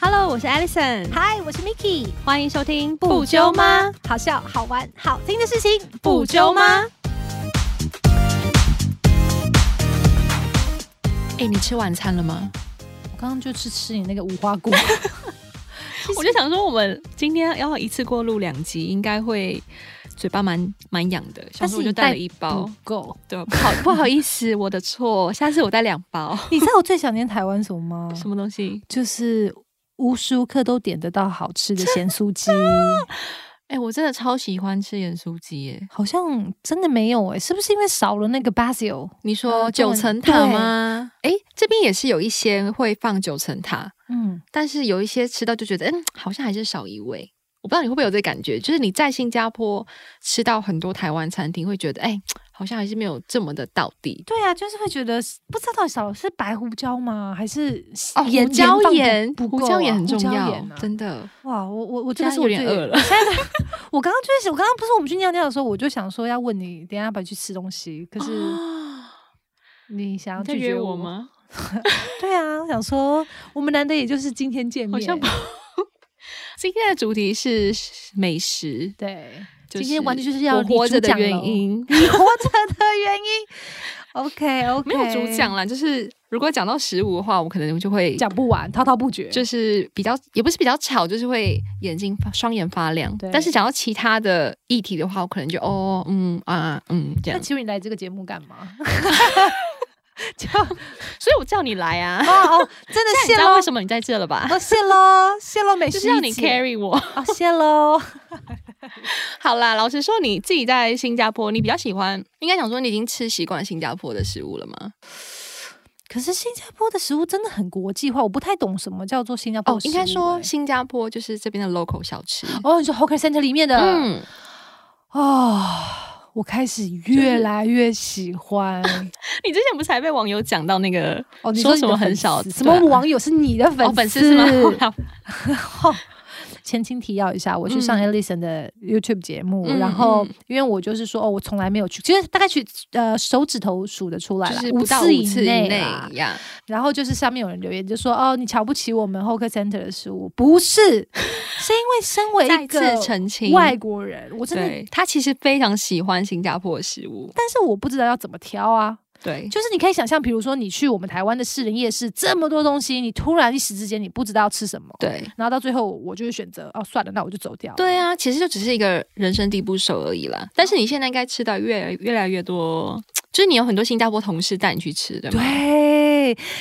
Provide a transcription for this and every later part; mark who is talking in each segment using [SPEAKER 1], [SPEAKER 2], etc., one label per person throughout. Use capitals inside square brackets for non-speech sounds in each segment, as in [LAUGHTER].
[SPEAKER 1] Hello，我是 Alison，
[SPEAKER 2] 嗨，我是 Miki，
[SPEAKER 1] 欢迎收听？？
[SPEAKER 2] 好笑、好玩、好听的事情，？？
[SPEAKER 3] 哎、你吃晚餐了吗？
[SPEAKER 2] 我刚刚就去吃你那个无花果，
[SPEAKER 3] [LAUGHS] 我就想说，我们今天要一次过录两集，应该会嘴巴蛮蛮痒的。上
[SPEAKER 1] 但是
[SPEAKER 3] 次
[SPEAKER 1] 你
[SPEAKER 3] 我就带了一包
[SPEAKER 2] 不，够。
[SPEAKER 3] 对，不好 [LAUGHS] 不好意思，我的错。下次我带两包，
[SPEAKER 2] 你知道我最想念台湾什么吗？
[SPEAKER 3] [LAUGHS] 什么东西？
[SPEAKER 2] 就是无时无刻都点得到好吃的咸酥 [LAUGHS] 鸡，
[SPEAKER 3] 哎、我真的超喜欢吃盐酥鸡耶！
[SPEAKER 2] 好像真的没有哎、是不是因为少了那个 basil？
[SPEAKER 3] 你说
[SPEAKER 2] 呃对
[SPEAKER 3] 九层塔吗？哎、这边也是有一些会放九层塔，
[SPEAKER 2] 嗯，
[SPEAKER 3] 但是有一些吃到就觉得，嗯，好像还是少一味。我不知道你会不会有这感觉，就是你在新加坡吃到很多台湾餐厅，会觉得，哎、好像还是没有这么的到底。
[SPEAKER 2] 对啊，就是会觉得不知道到底少了是白胡椒吗？还是
[SPEAKER 3] 哦，
[SPEAKER 2] 盐
[SPEAKER 3] 胡椒
[SPEAKER 2] 放不
[SPEAKER 3] 盐，
[SPEAKER 2] 不
[SPEAKER 3] 胡
[SPEAKER 2] 够
[SPEAKER 3] 椒
[SPEAKER 2] 啊
[SPEAKER 3] 盐很
[SPEAKER 2] 胡
[SPEAKER 3] 重
[SPEAKER 2] 椒
[SPEAKER 3] 要，
[SPEAKER 2] 盐啊
[SPEAKER 3] 真的。
[SPEAKER 2] 哇，我我我
[SPEAKER 3] 现
[SPEAKER 2] 真
[SPEAKER 3] 在
[SPEAKER 2] 的是
[SPEAKER 3] 有
[SPEAKER 2] 我
[SPEAKER 3] 点
[SPEAKER 2] 最
[SPEAKER 3] 饿了
[SPEAKER 2] [LAUGHS] 现在我刚刚就是我刚刚不是我们去尿尿的时候，我就想说要问你，等一下要不要去吃东西？可是你想要
[SPEAKER 3] 哦你在
[SPEAKER 2] 拒
[SPEAKER 3] 约
[SPEAKER 2] 绝
[SPEAKER 3] 我？吗？
[SPEAKER 2] 对啊，我想说我们难得也就是今天见面，
[SPEAKER 3] 好像不。 [LAUGHS] 今天的主题是美食， [LAUGHS]
[SPEAKER 2] 对，
[SPEAKER 3] 就
[SPEAKER 2] 今天完全就是是要
[SPEAKER 3] 我
[SPEAKER 2] 你
[SPEAKER 3] 活
[SPEAKER 2] 主
[SPEAKER 3] 着的
[SPEAKER 2] 讲
[SPEAKER 3] 原
[SPEAKER 2] 咯
[SPEAKER 3] 因。
[SPEAKER 2] 你活着的原因。OK
[SPEAKER 3] [LAUGHS]
[SPEAKER 2] OK，
[SPEAKER 3] 没有主讲啦，就是如果讲到食物的话，我可能就会
[SPEAKER 2] 讲不完，滔滔不绝。
[SPEAKER 3] 就是比较也不是比较吵，就是会眼睛发双眼发亮
[SPEAKER 2] 对。
[SPEAKER 3] 但是讲到其他的议题的话，我可能就哦嗯啊嗯这
[SPEAKER 2] 那
[SPEAKER 3] 样。
[SPEAKER 2] 请问你来这个节目干嘛？就
[SPEAKER 3] [LAUGHS] 所以我叫你来 [LAUGHS] 啊，
[SPEAKER 2] 哦哦，真的
[SPEAKER 3] 你
[SPEAKER 2] 谢
[SPEAKER 3] 知道
[SPEAKER 2] 喽
[SPEAKER 3] 为，什么你在这了 [LAUGHS] 吧？
[SPEAKER 2] 哦谢喽，谢喽，美
[SPEAKER 3] 就
[SPEAKER 2] 食
[SPEAKER 3] 是要你
[SPEAKER 2] 一姐
[SPEAKER 3] carry 我。
[SPEAKER 2] 哦谢喽。
[SPEAKER 3] [LAUGHS] 好啦，老实说，你自己在新加坡，你比较喜欢，应该想说你已经吃习惯新加坡的食物了吗？
[SPEAKER 2] 可是新加坡的食物真的很国际化，我不太懂什么叫做新加坡
[SPEAKER 3] 哦
[SPEAKER 2] 的，食物、
[SPEAKER 3] 应该说
[SPEAKER 2] 欸
[SPEAKER 3] 新加坡就是这边的 local 小吃。
[SPEAKER 2] 哦，你说 Hawker Center 里面的，嗯，
[SPEAKER 3] 嗯，
[SPEAKER 2] 哦，我开始越来越喜
[SPEAKER 3] [LAUGHS]
[SPEAKER 2] 欢。
[SPEAKER 3] 你之前不是还被网友讲到那个
[SPEAKER 2] 哦，你
[SPEAKER 3] 说
[SPEAKER 2] 你
[SPEAKER 3] 什
[SPEAKER 2] 的
[SPEAKER 3] 么
[SPEAKER 2] 粉
[SPEAKER 3] 很少
[SPEAKER 2] 丝什么网友是你的粉
[SPEAKER 3] 哦
[SPEAKER 2] 丝？
[SPEAKER 3] 粉丝是 [LAUGHS] 吗？
[SPEAKER 2] [LAUGHS] 前情提要一下，我去上 Alison 的 YouTube 节目，
[SPEAKER 3] 嗯
[SPEAKER 2] 然后
[SPEAKER 3] 嗯
[SPEAKER 2] 因为我就是说，哦，我从来没有去，其实大概去呃手指头数得出来
[SPEAKER 3] 就
[SPEAKER 2] 啦
[SPEAKER 3] 是
[SPEAKER 2] 五
[SPEAKER 3] 不到五次以
[SPEAKER 2] 次
[SPEAKER 3] 内
[SPEAKER 2] 啦。
[SPEAKER 3] 呀。
[SPEAKER 2] 然后就是上面有人留言就说，哦，你瞧不起我们 Hawker Center 的食物，不是，是因为身为
[SPEAKER 3] 再
[SPEAKER 2] 一个
[SPEAKER 3] 次澄清，
[SPEAKER 2] 外国人，我真的，
[SPEAKER 3] 对他其实非常喜欢新加坡的食物。
[SPEAKER 2] 但是我不知道要怎么挑啊。
[SPEAKER 3] 对，
[SPEAKER 2] 就是你可以想象，比如说你去我们台湾的市人夜市，这么多东西，你突然一时之间你不知道要吃什么，，
[SPEAKER 3] 对，
[SPEAKER 2] 然后到最后我就是选择哦算了，那我就走掉，
[SPEAKER 3] 对，啊，其实就只是一个人生地不熟而已啦。但是你现在应该吃到越来越来越多，就是你有很多新加坡同事带你去吃，对吗？
[SPEAKER 2] 对。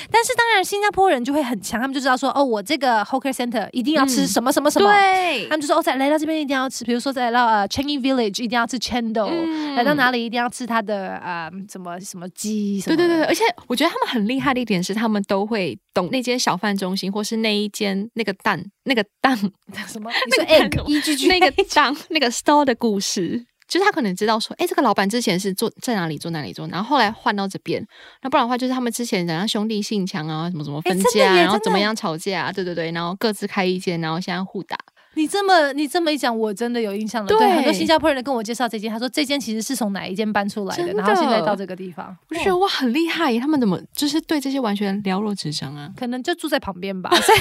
[SPEAKER 2] 但是当然，新加坡人就会很强，他们就知道说哦，我这个 hawker center 一定要吃
[SPEAKER 3] 嗯
[SPEAKER 2] 什么什么什么，
[SPEAKER 3] 对
[SPEAKER 2] 他，们就说哦，在来到这边一定要吃，比如说在来到呃 Changi Village 一定要吃 chendol，、
[SPEAKER 3] 嗯
[SPEAKER 2] 来到哪里一定要吃它的呃什么什么鸡，什
[SPEAKER 3] 对
[SPEAKER 2] 么
[SPEAKER 3] 对对，对
[SPEAKER 2] 的
[SPEAKER 3] 而且我觉得他们很厉害的一点是，他们都会懂那间小贩中心，或是那一间那个蛋、那个蛋、
[SPEAKER 2] 什么你
[SPEAKER 3] 那
[SPEAKER 2] 说
[SPEAKER 3] 个看
[SPEAKER 2] egg
[SPEAKER 3] 什么
[SPEAKER 2] e g
[SPEAKER 3] [LAUGHS]
[SPEAKER 2] g
[SPEAKER 3] 那个档、那个 store 的故事。就是他可能知道说，哎、这个老板之前是做在哪里做哪里做，然后后来换到这边，那不然的话就是他们之前怎样兄弟性强啊，什么什么
[SPEAKER 2] 诶
[SPEAKER 3] 分
[SPEAKER 2] 真的
[SPEAKER 3] 家、啊，
[SPEAKER 2] 耶
[SPEAKER 3] 然后
[SPEAKER 2] 真
[SPEAKER 3] 怎么
[SPEAKER 2] 的
[SPEAKER 3] 样吵架、啊，对对对，然后各自开一间，然后现在互打，
[SPEAKER 2] 你这么你这么一讲，我真的有印象了。对，
[SPEAKER 3] 对
[SPEAKER 2] 很多新加坡人跟我介绍这间，他说这间其实是从哪一间搬出来的，
[SPEAKER 3] 真的
[SPEAKER 2] 然后现在到这个地方，
[SPEAKER 3] 我就觉得
[SPEAKER 2] 哦
[SPEAKER 3] 哇很厉害耶，他们怎么就是对这些完全了若指掌 [LAUGHS] 啊？
[SPEAKER 2] 可能就住在旁边吧。所以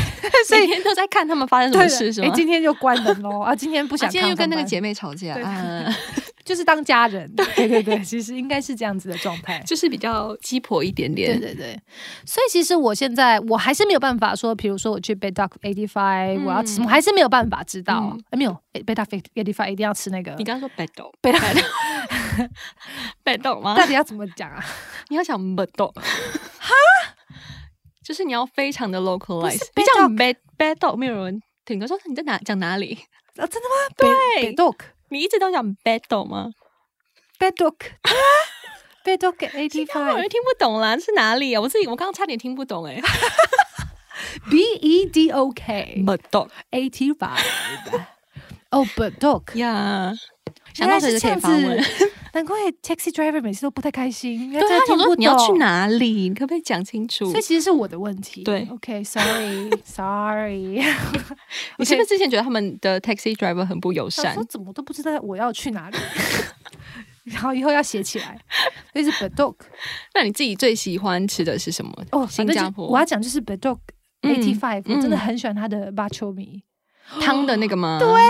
[SPEAKER 2] 所
[SPEAKER 3] 每
[SPEAKER 2] 以
[SPEAKER 3] 天都在看他们发生什么事，是
[SPEAKER 2] 哎
[SPEAKER 3] 吗，？ [LAUGHS]
[SPEAKER 2] 今天就关门喽啊！今天不
[SPEAKER 3] 不
[SPEAKER 2] 想看
[SPEAKER 3] 今天又跟那个
[SPEAKER 2] 上班
[SPEAKER 3] 姐妹吵架，
[SPEAKER 2] 对
[SPEAKER 3] 啊
[SPEAKER 2] 就是当家人。对对对，其实应该是这样子的状态。
[SPEAKER 3] [LAUGHS] 就是比较鸡婆一点点。
[SPEAKER 2] 对对对，所以其实我现在我还是没有办法说，比如说我去 Bed Duck Eighty Five，、
[SPEAKER 3] 嗯
[SPEAKER 2] 我要吃，我还是没有办法知道，
[SPEAKER 3] 嗯
[SPEAKER 2] 哎没有 Bed Duck Eighty Five 一定要吃那个
[SPEAKER 3] 你，刚刚说北斗，北斗， [LAUGHS] 北斗吗？
[SPEAKER 2] 到底要怎么讲啊？
[SPEAKER 3] 你要讲北
[SPEAKER 2] [LAUGHS]
[SPEAKER 3] 斗，哈，就是你要非常的
[SPEAKER 2] 不
[SPEAKER 3] localize
[SPEAKER 2] 是。
[SPEAKER 3] 你
[SPEAKER 2] 北斗
[SPEAKER 3] 讲北北斗，没有人听。我说你在哪讲哪里？
[SPEAKER 2] 啊，真的吗？对 Bed Duck。
[SPEAKER 3] 你一直都讲北斗吗？
[SPEAKER 2] [LAUGHS] Bedok 啊，Bedok eighty
[SPEAKER 3] 我有
[SPEAKER 2] five
[SPEAKER 3] 人听不懂啦，是哪里啊？我自己我刚刚差点听不懂
[SPEAKER 2] [LAUGHS]
[SPEAKER 3] 哎、欸。
[SPEAKER 2] B E D O K
[SPEAKER 3] 北 [LAUGHS] 斗
[SPEAKER 2] eighty five。哦，Bedok，
[SPEAKER 3] 呀，想到谁就可以发
[SPEAKER 2] 原
[SPEAKER 3] 问 [LAUGHS]
[SPEAKER 2] 来。是这样子难怪 taxi driver 每次都不太开心，因为
[SPEAKER 3] 对他
[SPEAKER 2] 真的
[SPEAKER 3] 想
[SPEAKER 2] 听
[SPEAKER 3] 说
[SPEAKER 2] 不
[SPEAKER 3] 你要去
[SPEAKER 2] 懂。
[SPEAKER 3] 哪里，你可不可以讲清楚
[SPEAKER 2] 所以？其实是我的问题。
[SPEAKER 3] 对
[SPEAKER 2] ，OK，sorry，sorry。
[SPEAKER 3] 你是不是之前觉得他们的 taxi driver 很不友
[SPEAKER 2] 想
[SPEAKER 3] 善
[SPEAKER 2] 说？怎么都不知道我要去哪里， [LAUGHS] 然后以后要写起来。所以是 Bedok
[SPEAKER 3] 那你自己最喜欢吃的是什么？
[SPEAKER 2] 哦，
[SPEAKER 3] 新
[SPEAKER 2] 反正就
[SPEAKER 3] 加坡
[SPEAKER 2] 我要讲就是 Bedok Eighty Five，我真的
[SPEAKER 3] 嗯
[SPEAKER 2] 很喜欢它的 b a c h o m i
[SPEAKER 3] 汤的那个吗？对，它有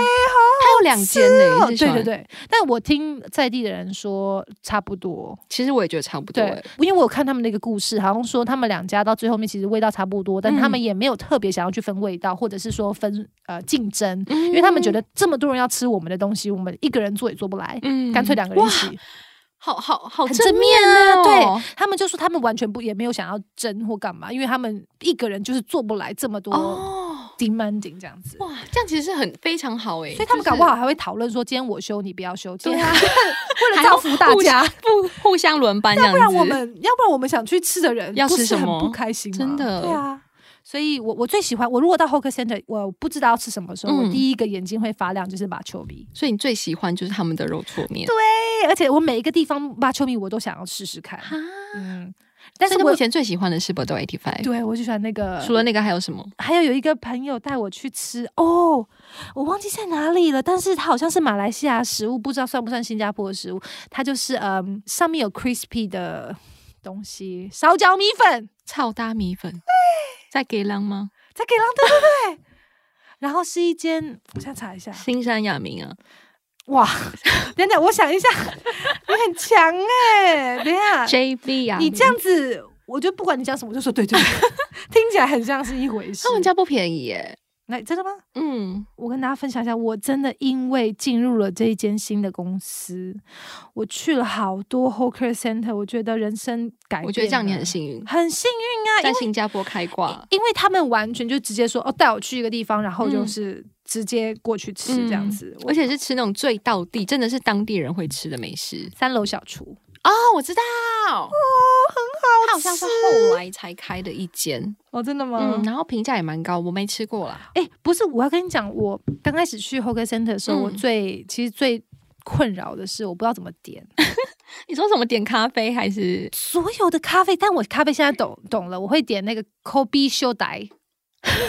[SPEAKER 3] 两间呢、
[SPEAKER 2] 哦，
[SPEAKER 3] 你
[SPEAKER 2] 对
[SPEAKER 3] 是喜欢
[SPEAKER 2] 哦对，对，但我听在地的人说差不多，
[SPEAKER 3] 其实我也觉得差不多、
[SPEAKER 2] 对
[SPEAKER 3] 欸。，
[SPEAKER 2] 因为我有看他们那个故事，好像说他们两家到最后面其实味道差不多，但他们
[SPEAKER 3] 嗯
[SPEAKER 2] 也没有特别想要去分味道，或者是说分呃竞争，
[SPEAKER 3] 因
[SPEAKER 2] 因为他
[SPEAKER 3] 嗯
[SPEAKER 2] 们觉得这么多人要吃我们的东西，我们一个人做也做不来。
[SPEAKER 3] 嗯
[SPEAKER 2] 干脆两个人一
[SPEAKER 3] 哇
[SPEAKER 2] 起，
[SPEAKER 3] 好好好
[SPEAKER 2] 很
[SPEAKER 3] 正
[SPEAKER 2] 正
[SPEAKER 3] 面
[SPEAKER 2] 啊
[SPEAKER 3] 哦，
[SPEAKER 2] 他们就说他们完全不也没有想要争或干嘛，因为他们一个人就是做不来这么多
[SPEAKER 3] 哦，
[SPEAKER 2] demanding 这样子，
[SPEAKER 3] 哇，这样其实是很非常好哎、
[SPEAKER 2] 所以他们
[SPEAKER 3] 就是
[SPEAKER 2] 搞不好还会讨论说今天我休你不要休，今
[SPEAKER 3] 对
[SPEAKER 2] 天
[SPEAKER 3] 啊，
[SPEAKER 2] [LAUGHS] 为了
[SPEAKER 3] 还
[SPEAKER 2] 造
[SPEAKER 3] 要
[SPEAKER 2] 福大
[SPEAKER 3] 互
[SPEAKER 2] 家，
[SPEAKER 3] 不互相轮班这样
[SPEAKER 2] 啊不
[SPEAKER 3] 子，
[SPEAKER 2] 然我们要不然我们想去吃的人
[SPEAKER 3] 要
[SPEAKER 2] 不
[SPEAKER 3] 吃
[SPEAKER 2] 是
[SPEAKER 3] 什
[SPEAKER 2] 很不
[SPEAKER 3] 么
[SPEAKER 2] 开心吗，
[SPEAKER 3] 真的
[SPEAKER 2] 对啊。所以我，我最喜欢我如果到 Hawker Center，我不知道要吃什么的时候，我
[SPEAKER 3] 嗯
[SPEAKER 2] 第一个眼睛会发亮，就是马丘比。
[SPEAKER 3] 所以你最喜欢就是他们的肉搓面，
[SPEAKER 2] 对，而啊且我每一个地方马丘比我都想要试试看。
[SPEAKER 3] 哈，
[SPEAKER 2] 嗯，但是
[SPEAKER 3] 所以你
[SPEAKER 2] 我
[SPEAKER 3] 目前最喜欢的是 b o d o Eighty Five，
[SPEAKER 2] 对我就喜欢那个，
[SPEAKER 3] 除了那个还有什么？
[SPEAKER 2] 还有有一个朋友带我去吃哦，我忘记在哪里了，但是它好像是马来西亚食物，不知道算不算新加坡的食物。它就是嗯，上面有 crispy 的东西，烧焦米粉。
[SPEAKER 3] 超搭米粉，在给浪吗？
[SPEAKER 2] 在给浪， [LAUGHS] 对对对。然后是一间，我现在查一下，
[SPEAKER 3] 新山雅明啊，
[SPEAKER 2] 哇， [LAUGHS] 等等，我想一下，你很强哎、等一下，
[SPEAKER 3] JB 啊，
[SPEAKER 2] 你这样子，我就不管你讲什么，我就说对对对，听起来很像是一回事
[SPEAKER 3] 他。们家不便宜耶，
[SPEAKER 2] 那真的吗？
[SPEAKER 3] 嗯，
[SPEAKER 2] 我跟大家分享一下，我真的因为进入了这一间新的公司，我去了好多 Hawker Center，我觉得人生改变了，
[SPEAKER 3] 我觉得这样你很幸啊运，
[SPEAKER 2] 很幸运啊，因为
[SPEAKER 3] 在新加坡开挂，
[SPEAKER 2] 因为他们完全就直接说哦，带我去一个地方，然后就
[SPEAKER 3] 嗯
[SPEAKER 2] 是直接过去吃这样
[SPEAKER 3] 嗯
[SPEAKER 2] 子，我
[SPEAKER 3] 而且是吃那种最道地，真的是当地人会吃的美食
[SPEAKER 2] 三楼小厨，
[SPEAKER 3] 哦，我知道，哦，很好，它好像是后来才开的一间，
[SPEAKER 2] 哦，真的
[SPEAKER 3] 嗯，？然后评价也蛮高，我没吃过啦，
[SPEAKER 2] 哎、不是，我要跟你讲，我刚开始去 Hawker Center 的时候，我
[SPEAKER 3] 嗯
[SPEAKER 2] 最其实最困扰的是我不知道怎么点
[SPEAKER 3] 你说什么点咖啡还是
[SPEAKER 2] 所有的咖啡，但我咖啡现在懂懂了，我会点那个 Kobe 修代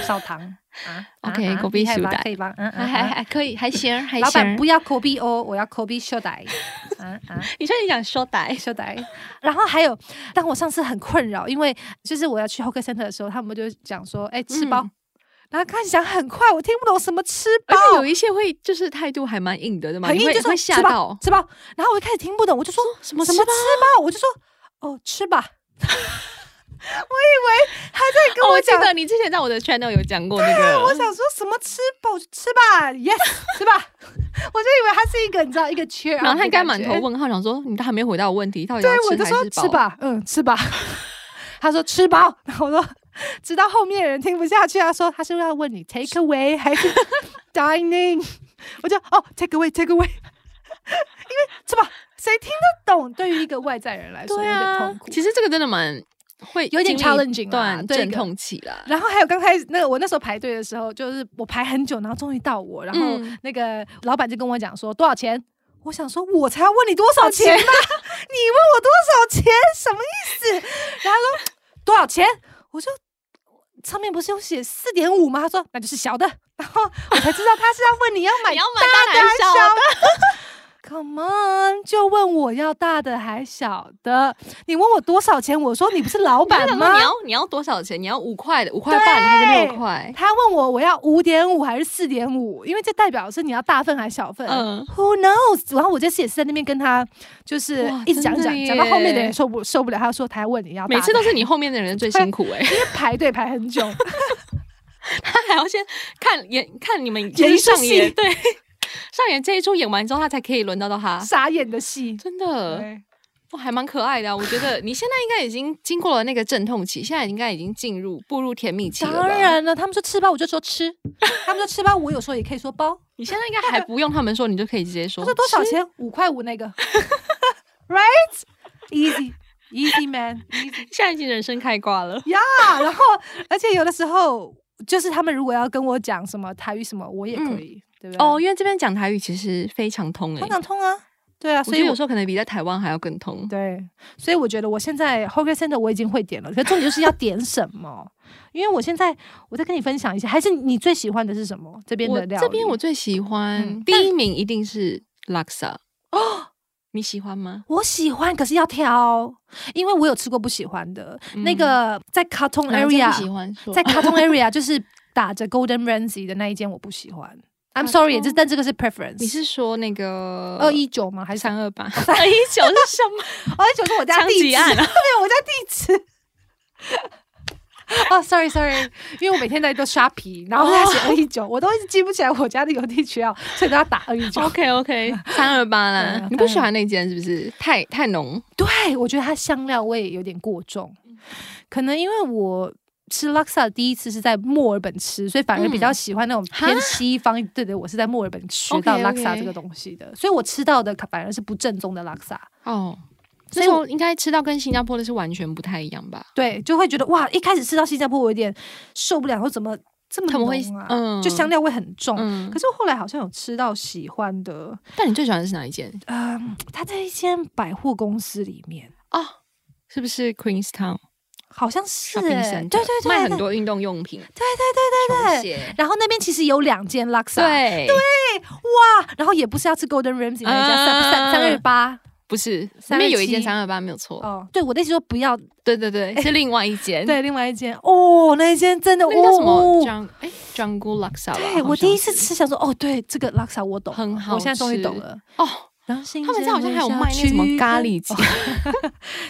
[SPEAKER 2] 少
[SPEAKER 3] [LAUGHS]
[SPEAKER 2] 糖啊
[SPEAKER 3] OK，
[SPEAKER 2] 啊啊
[SPEAKER 3] Kobe
[SPEAKER 2] 厉害
[SPEAKER 3] 修
[SPEAKER 2] 吧
[SPEAKER 3] 代
[SPEAKER 2] 可以吧？嗯
[SPEAKER 3] [LAUGHS] 还
[SPEAKER 2] 嗯
[SPEAKER 3] 还
[SPEAKER 2] 嗯。
[SPEAKER 3] 还可以，还行， [LAUGHS] 还行。
[SPEAKER 2] 老板不要 Kobe 哦，我要 Kobe 修代，啊啊，
[SPEAKER 3] 你说你想说歹
[SPEAKER 2] 修代。然后还有，但我上次很困扰，因为就是我要去 Hawker Center 的时候，他们就讲说，哎、吃包。
[SPEAKER 3] 嗯
[SPEAKER 2] 然后开始讲很快，我听不懂什么吃包
[SPEAKER 3] 而，且有一些会就是态度还蛮硬的，对吗？
[SPEAKER 2] 很硬
[SPEAKER 3] 你会
[SPEAKER 2] 就说
[SPEAKER 3] 会
[SPEAKER 2] 吃
[SPEAKER 3] 吓
[SPEAKER 2] 吧
[SPEAKER 3] 到，
[SPEAKER 2] 吃吧。然后我就开始听不懂，我就说
[SPEAKER 3] 什么
[SPEAKER 2] 什
[SPEAKER 3] 吃
[SPEAKER 2] 么吃
[SPEAKER 3] 吧
[SPEAKER 2] 吧，我就说哦吃吧。 [LAUGHS] 我以为他在跟
[SPEAKER 3] 哦
[SPEAKER 2] 我
[SPEAKER 3] 记
[SPEAKER 2] 讲，
[SPEAKER 3] 得你之前在我的 channel 有讲过那个，
[SPEAKER 2] 我想说什么吃吧，我就吃吧，yes [LAUGHS] 吃吧。我就以为他是一个你知道一个 cheer，
[SPEAKER 3] 然后他应该满头
[SPEAKER 2] 问。
[SPEAKER 3] 问号，想说你都还没回答我问题，到底要
[SPEAKER 2] 对，我
[SPEAKER 3] 吃
[SPEAKER 2] 就说
[SPEAKER 3] 还是
[SPEAKER 2] 吃
[SPEAKER 3] 饱？
[SPEAKER 2] 吧，嗯，吃吧。 [LAUGHS] 他说吃饱，然后我说，直到后面的人听不下去，他说他是不是要问你 take away 还是 [LAUGHS] dining，我就哦 take away take away，因为 [LAUGHS] 吃吧，谁听得懂？对于一个外在人来说，
[SPEAKER 3] 对
[SPEAKER 2] 有点
[SPEAKER 3] 啊
[SPEAKER 2] 痛，苦。
[SPEAKER 3] 其实这个真的蛮会
[SPEAKER 2] 有
[SPEAKER 3] 经
[SPEAKER 2] 点
[SPEAKER 3] 历
[SPEAKER 2] challenging
[SPEAKER 3] 一
[SPEAKER 2] 啦
[SPEAKER 3] 段
[SPEAKER 2] 对一
[SPEAKER 3] 阵
[SPEAKER 2] 个
[SPEAKER 3] 痛期啦。
[SPEAKER 2] 然后还有刚开始那个我那时候排队的时候，就是我排很久，然后终于到我，然后
[SPEAKER 3] 嗯
[SPEAKER 2] 那个老板就跟我讲说多少钱。我想说，我才要问你多少钱呢、 [LAUGHS] 你问我多少钱，什么意思？然后他说多少钱，我就上面不是有写四点五吗？他说那就是小的，然后我才知道他是要问 [LAUGHS] 你要买
[SPEAKER 3] 你要买大的还是小
[SPEAKER 2] 小
[SPEAKER 3] 的？
[SPEAKER 2] Come on，就问我要大的还小的。你问我多少钱，我说你不是老
[SPEAKER 3] 我
[SPEAKER 2] 板
[SPEAKER 3] 就想
[SPEAKER 2] 吗
[SPEAKER 3] 说你？要你要多少钱？你要五块的，五块半还是
[SPEAKER 2] 对
[SPEAKER 3] 六块？
[SPEAKER 2] 他问我我要五点五还是四点五，因为这代表是你要大份还是小份。
[SPEAKER 3] 嗯
[SPEAKER 2] Who knows？然后我这次也是在那边跟他就是
[SPEAKER 3] 哇
[SPEAKER 2] 一直讲
[SPEAKER 3] 真的
[SPEAKER 2] 讲讲到后面的人
[SPEAKER 3] 耶
[SPEAKER 2] 受不受不了，他说他还问你要大
[SPEAKER 3] 每次都
[SPEAKER 2] 的
[SPEAKER 3] 是你后面的人最辛
[SPEAKER 2] [LAUGHS]
[SPEAKER 3] 苦哎、
[SPEAKER 2] 因为排队排很 [LAUGHS] 久，
[SPEAKER 3] 他还要先看演看你们先上
[SPEAKER 2] 演一出戏
[SPEAKER 3] 演，对，上演这一出演完之后，他才可以轮到到他。
[SPEAKER 2] 傻眼的戏。
[SPEAKER 3] 真的，
[SPEAKER 2] 对
[SPEAKER 3] 哇，还蛮可爱的、啊。我觉得你现在应该已经经过了那个阵痛期，现在应该已经进入步入甜蜜期了吧。
[SPEAKER 2] 当，然了，他们说吃包我就说吃， [LAUGHS] 他们说吃包我有时候也可以说包。
[SPEAKER 3] 你现在应该还不用他们说，你就可以直接说。
[SPEAKER 2] 他说多少
[SPEAKER 3] 吃？
[SPEAKER 2] 钱？五块五那个 [LAUGHS] ，right easy easy man easy。
[SPEAKER 3] [LAUGHS] 现在已经人生开挂了。
[SPEAKER 2] 呀然后而且有的时候就是他们如果要跟我讲什么台语什么，我也可以，对不啊对？
[SPEAKER 3] 哦，，因为这边讲台语其实非常通诶、
[SPEAKER 2] 通常通啊，对啊，
[SPEAKER 3] 我
[SPEAKER 2] 所
[SPEAKER 3] 觉得
[SPEAKER 2] 以
[SPEAKER 3] 有
[SPEAKER 2] 我
[SPEAKER 3] 时候可能比在台湾还要更通。
[SPEAKER 2] 对，所以我觉得我现在 Hawker Center 我已经会点了，可重点就是要点什么。因为我现在我再跟你分享一下，还是你最喜欢的是什么？这边
[SPEAKER 3] 我
[SPEAKER 2] 的料理，
[SPEAKER 3] 这边我最喜欢、
[SPEAKER 2] 嗯哦
[SPEAKER 3] 第一名一定是 laksa，你喜欢吗？
[SPEAKER 2] 我喜欢，可是要挑，因为我有吃过不喜欢的。那
[SPEAKER 3] 嗯
[SPEAKER 2] 个在 Cartoon
[SPEAKER 3] 哪一间不喜
[SPEAKER 2] Area，
[SPEAKER 3] 欢说
[SPEAKER 2] 嗯
[SPEAKER 3] [LAUGHS]
[SPEAKER 2] 在 Cartoon Area 就是打着 Golden Ramsy 的那一间我不喜欢。I'm sorry，
[SPEAKER 3] Cartoon-
[SPEAKER 2] 这但这个是 preference。
[SPEAKER 3] 你是说那个
[SPEAKER 2] 二一九吗？还是
[SPEAKER 3] 三二八三一九是什 [LAUGHS] 么？
[SPEAKER 2] 哦二一九是我家
[SPEAKER 3] 枪
[SPEAKER 2] 地址，
[SPEAKER 3] 击案啊
[SPEAKER 2] [LAUGHS] 对，我家地址。 [LAUGHS] 哦、s o r r y sorry，因为我每天在都刷皮，然后他写二一九，我都一直记不起来我家的邮递区号，所以都要打二一九。
[SPEAKER 3] OK
[SPEAKER 2] [LAUGHS]
[SPEAKER 3] OK，三二八
[SPEAKER 2] 对
[SPEAKER 3] 啦
[SPEAKER 2] 啊，
[SPEAKER 3] 你不喜
[SPEAKER 2] 328
[SPEAKER 3] 欢那间是不是？太太浓，
[SPEAKER 2] 对，我觉得它香料味有点过重，可能因为我吃 laksa 第一次是在墨尔本吃，所以反而比较
[SPEAKER 3] 嗯
[SPEAKER 2] 喜欢那种
[SPEAKER 3] 哈
[SPEAKER 2] 偏西方。对对，我是在墨尔本学
[SPEAKER 3] OK，
[SPEAKER 2] 到 laksa
[SPEAKER 3] OK
[SPEAKER 2] 这个东西的，所以我吃到的反而是不正宗的 laksa。
[SPEAKER 3] 哦，那
[SPEAKER 2] 所以
[SPEAKER 3] 时
[SPEAKER 2] 我
[SPEAKER 3] 候应该吃到跟新加坡的是完全不太一样吧？
[SPEAKER 2] 对，就会觉得哇，一开始吃到新加坡我有点受不了，我怎么这么
[SPEAKER 3] 他们会
[SPEAKER 2] 浓啊？
[SPEAKER 3] 嗯
[SPEAKER 2] 就香料味很重。
[SPEAKER 3] 嗯
[SPEAKER 2] 可，是我后来好像有吃到喜欢的，
[SPEAKER 3] 但你最喜欢的是哪一间？
[SPEAKER 2] 嗯，它在一间百货公司里面，
[SPEAKER 3] 哦，是不是 Queenstown
[SPEAKER 2] 好像是、
[SPEAKER 3] shopping
[SPEAKER 2] 欸，
[SPEAKER 3] center？
[SPEAKER 2] 对对对，
[SPEAKER 3] 卖
[SPEAKER 2] 对
[SPEAKER 3] 很多运动用品，
[SPEAKER 2] 对对对对
[SPEAKER 3] 球
[SPEAKER 2] 对。
[SPEAKER 3] 鞋，
[SPEAKER 2] 然后那边其实有两间 Lux，
[SPEAKER 3] 对对，
[SPEAKER 2] 哇，然后也不是要吃 Golden Ramsy 那一家三三三二八
[SPEAKER 3] 不是，
[SPEAKER 2] 327
[SPEAKER 3] 那边有一间三二八没有错，
[SPEAKER 2] 哦，对我的意思说不要
[SPEAKER 3] 对对对，是另外一间，，
[SPEAKER 2] 对另外一间哦，那一间真的
[SPEAKER 3] 那个叫什么
[SPEAKER 2] 哦
[SPEAKER 3] j u n 哎 j u n g u Laksa 吧？
[SPEAKER 2] 对
[SPEAKER 3] 好
[SPEAKER 2] 我
[SPEAKER 3] 像
[SPEAKER 2] 第一次
[SPEAKER 3] 是
[SPEAKER 2] 吃想说哦，对这个 Lux 我懂了，
[SPEAKER 3] 很好
[SPEAKER 2] 我现在终于懂
[SPEAKER 3] 吃
[SPEAKER 2] 了。
[SPEAKER 3] 哦，
[SPEAKER 2] 他们
[SPEAKER 3] 他们家好像还有卖那什么
[SPEAKER 2] 哦
[SPEAKER 3] 咖喱
[SPEAKER 2] [LAUGHS]
[SPEAKER 3] 鸡，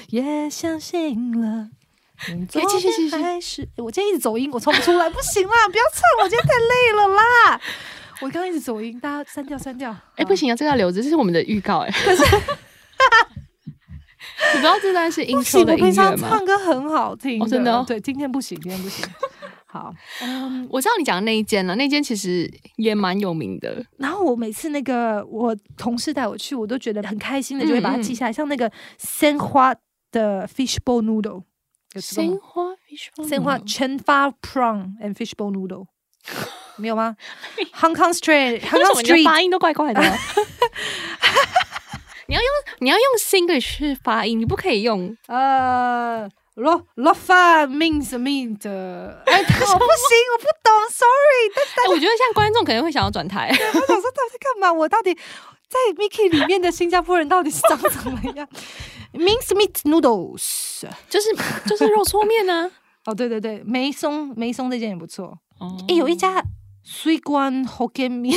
[SPEAKER 2] 也相信了。你
[SPEAKER 3] 可以继续
[SPEAKER 2] 昨天
[SPEAKER 3] 继续
[SPEAKER 2] 还是诶我今天一直走音，我唱不出来，不行 [LAUGHS] 啦，不要唱，我今天太累了啦。我刚刚一直走音，大家删掉删掉。
[SPEAKER 3] 哎，不行啊，这个要留着，这是我们的预告哎。可是， [LAUGHS]
[SPEAKER 2] [LAUGHS]
[SPEAKER 3] 你不知道这段是
[SPEAKER 2] 啊好，不
[SPEAKER 3] intro
[SPEAKER 2] 行，我
[SPEAKER 3] 的音
[SPEAKER 2] 平
[SPEAKER 3] 乐
[SPEAKER 2] 常
[SPEAKER 3] 吗
[SPEAKER 2] 唱？歌很好听
[SPEAKER 3] 哦真的哦
[SPEAKER 2] 对，今天不行，今天不行。好，嗯，
[SPEAKER 3] 我知道你讲的那一间了，那间其实也蛮有名的。
[SPEAKER 2] 然后我每次那个我同事带我去，我都觉得很开心的，就会把它记下来。像那个鲜花的 fishbowl noodle，有吃过吗
[SPEAKER 3] 鲜花 fish roll
[SPEAKER 2] 生化
[SPEAKER 3] 吗
[SPEAKER 2] 全发 prawn and fishbowl noodle，没有吗？Hong
[SPEAKER 3] [LAUGHS]
[SPEAKER 2] Kong Street，Hong
[SPEAKER 3] 为什
[SPEAKER 2] Kong
[SPEAKER 3] 么你的
[SPEAKER 2] Street，
[SPEAKER 3] 发音都怪怪的
[SPEAKER 2] [LAUGHS]
[SPEAKER 3] 啊？你要用你要用 Singlish 去发音，你不可以
[SPEAKER 2] [LAUGHS]
[SPEAKER 3] 用
[SPEAKER 2] 呃。罗罗发 means
[SPEAKER 3] [LAUGHS]
[SPEAKER 2] mean 的，哎，我不行，我不懂，sorry。但
[SPEAKER 3] 哎、我觉得现在观众可能会想要转台，
[SPEAKER 2] 是我想说，到底在干嘛？我到底在 Mickey 里面的新加坡人到底是长什么
[SPEAKER 3] [LAUGHS]
[SPEAKER 2] 样？Means meat noodles。
[SPEAKER 3] 就是就是肉搓面呢、
[SPEAKER 2] 哦，对对对，梅松梅松这件也不错。
[SPEAKER 3] 啊。 [LAUGHS] 哦
[SPEAKER 2] 哎，有一家水关 Hokkien 面，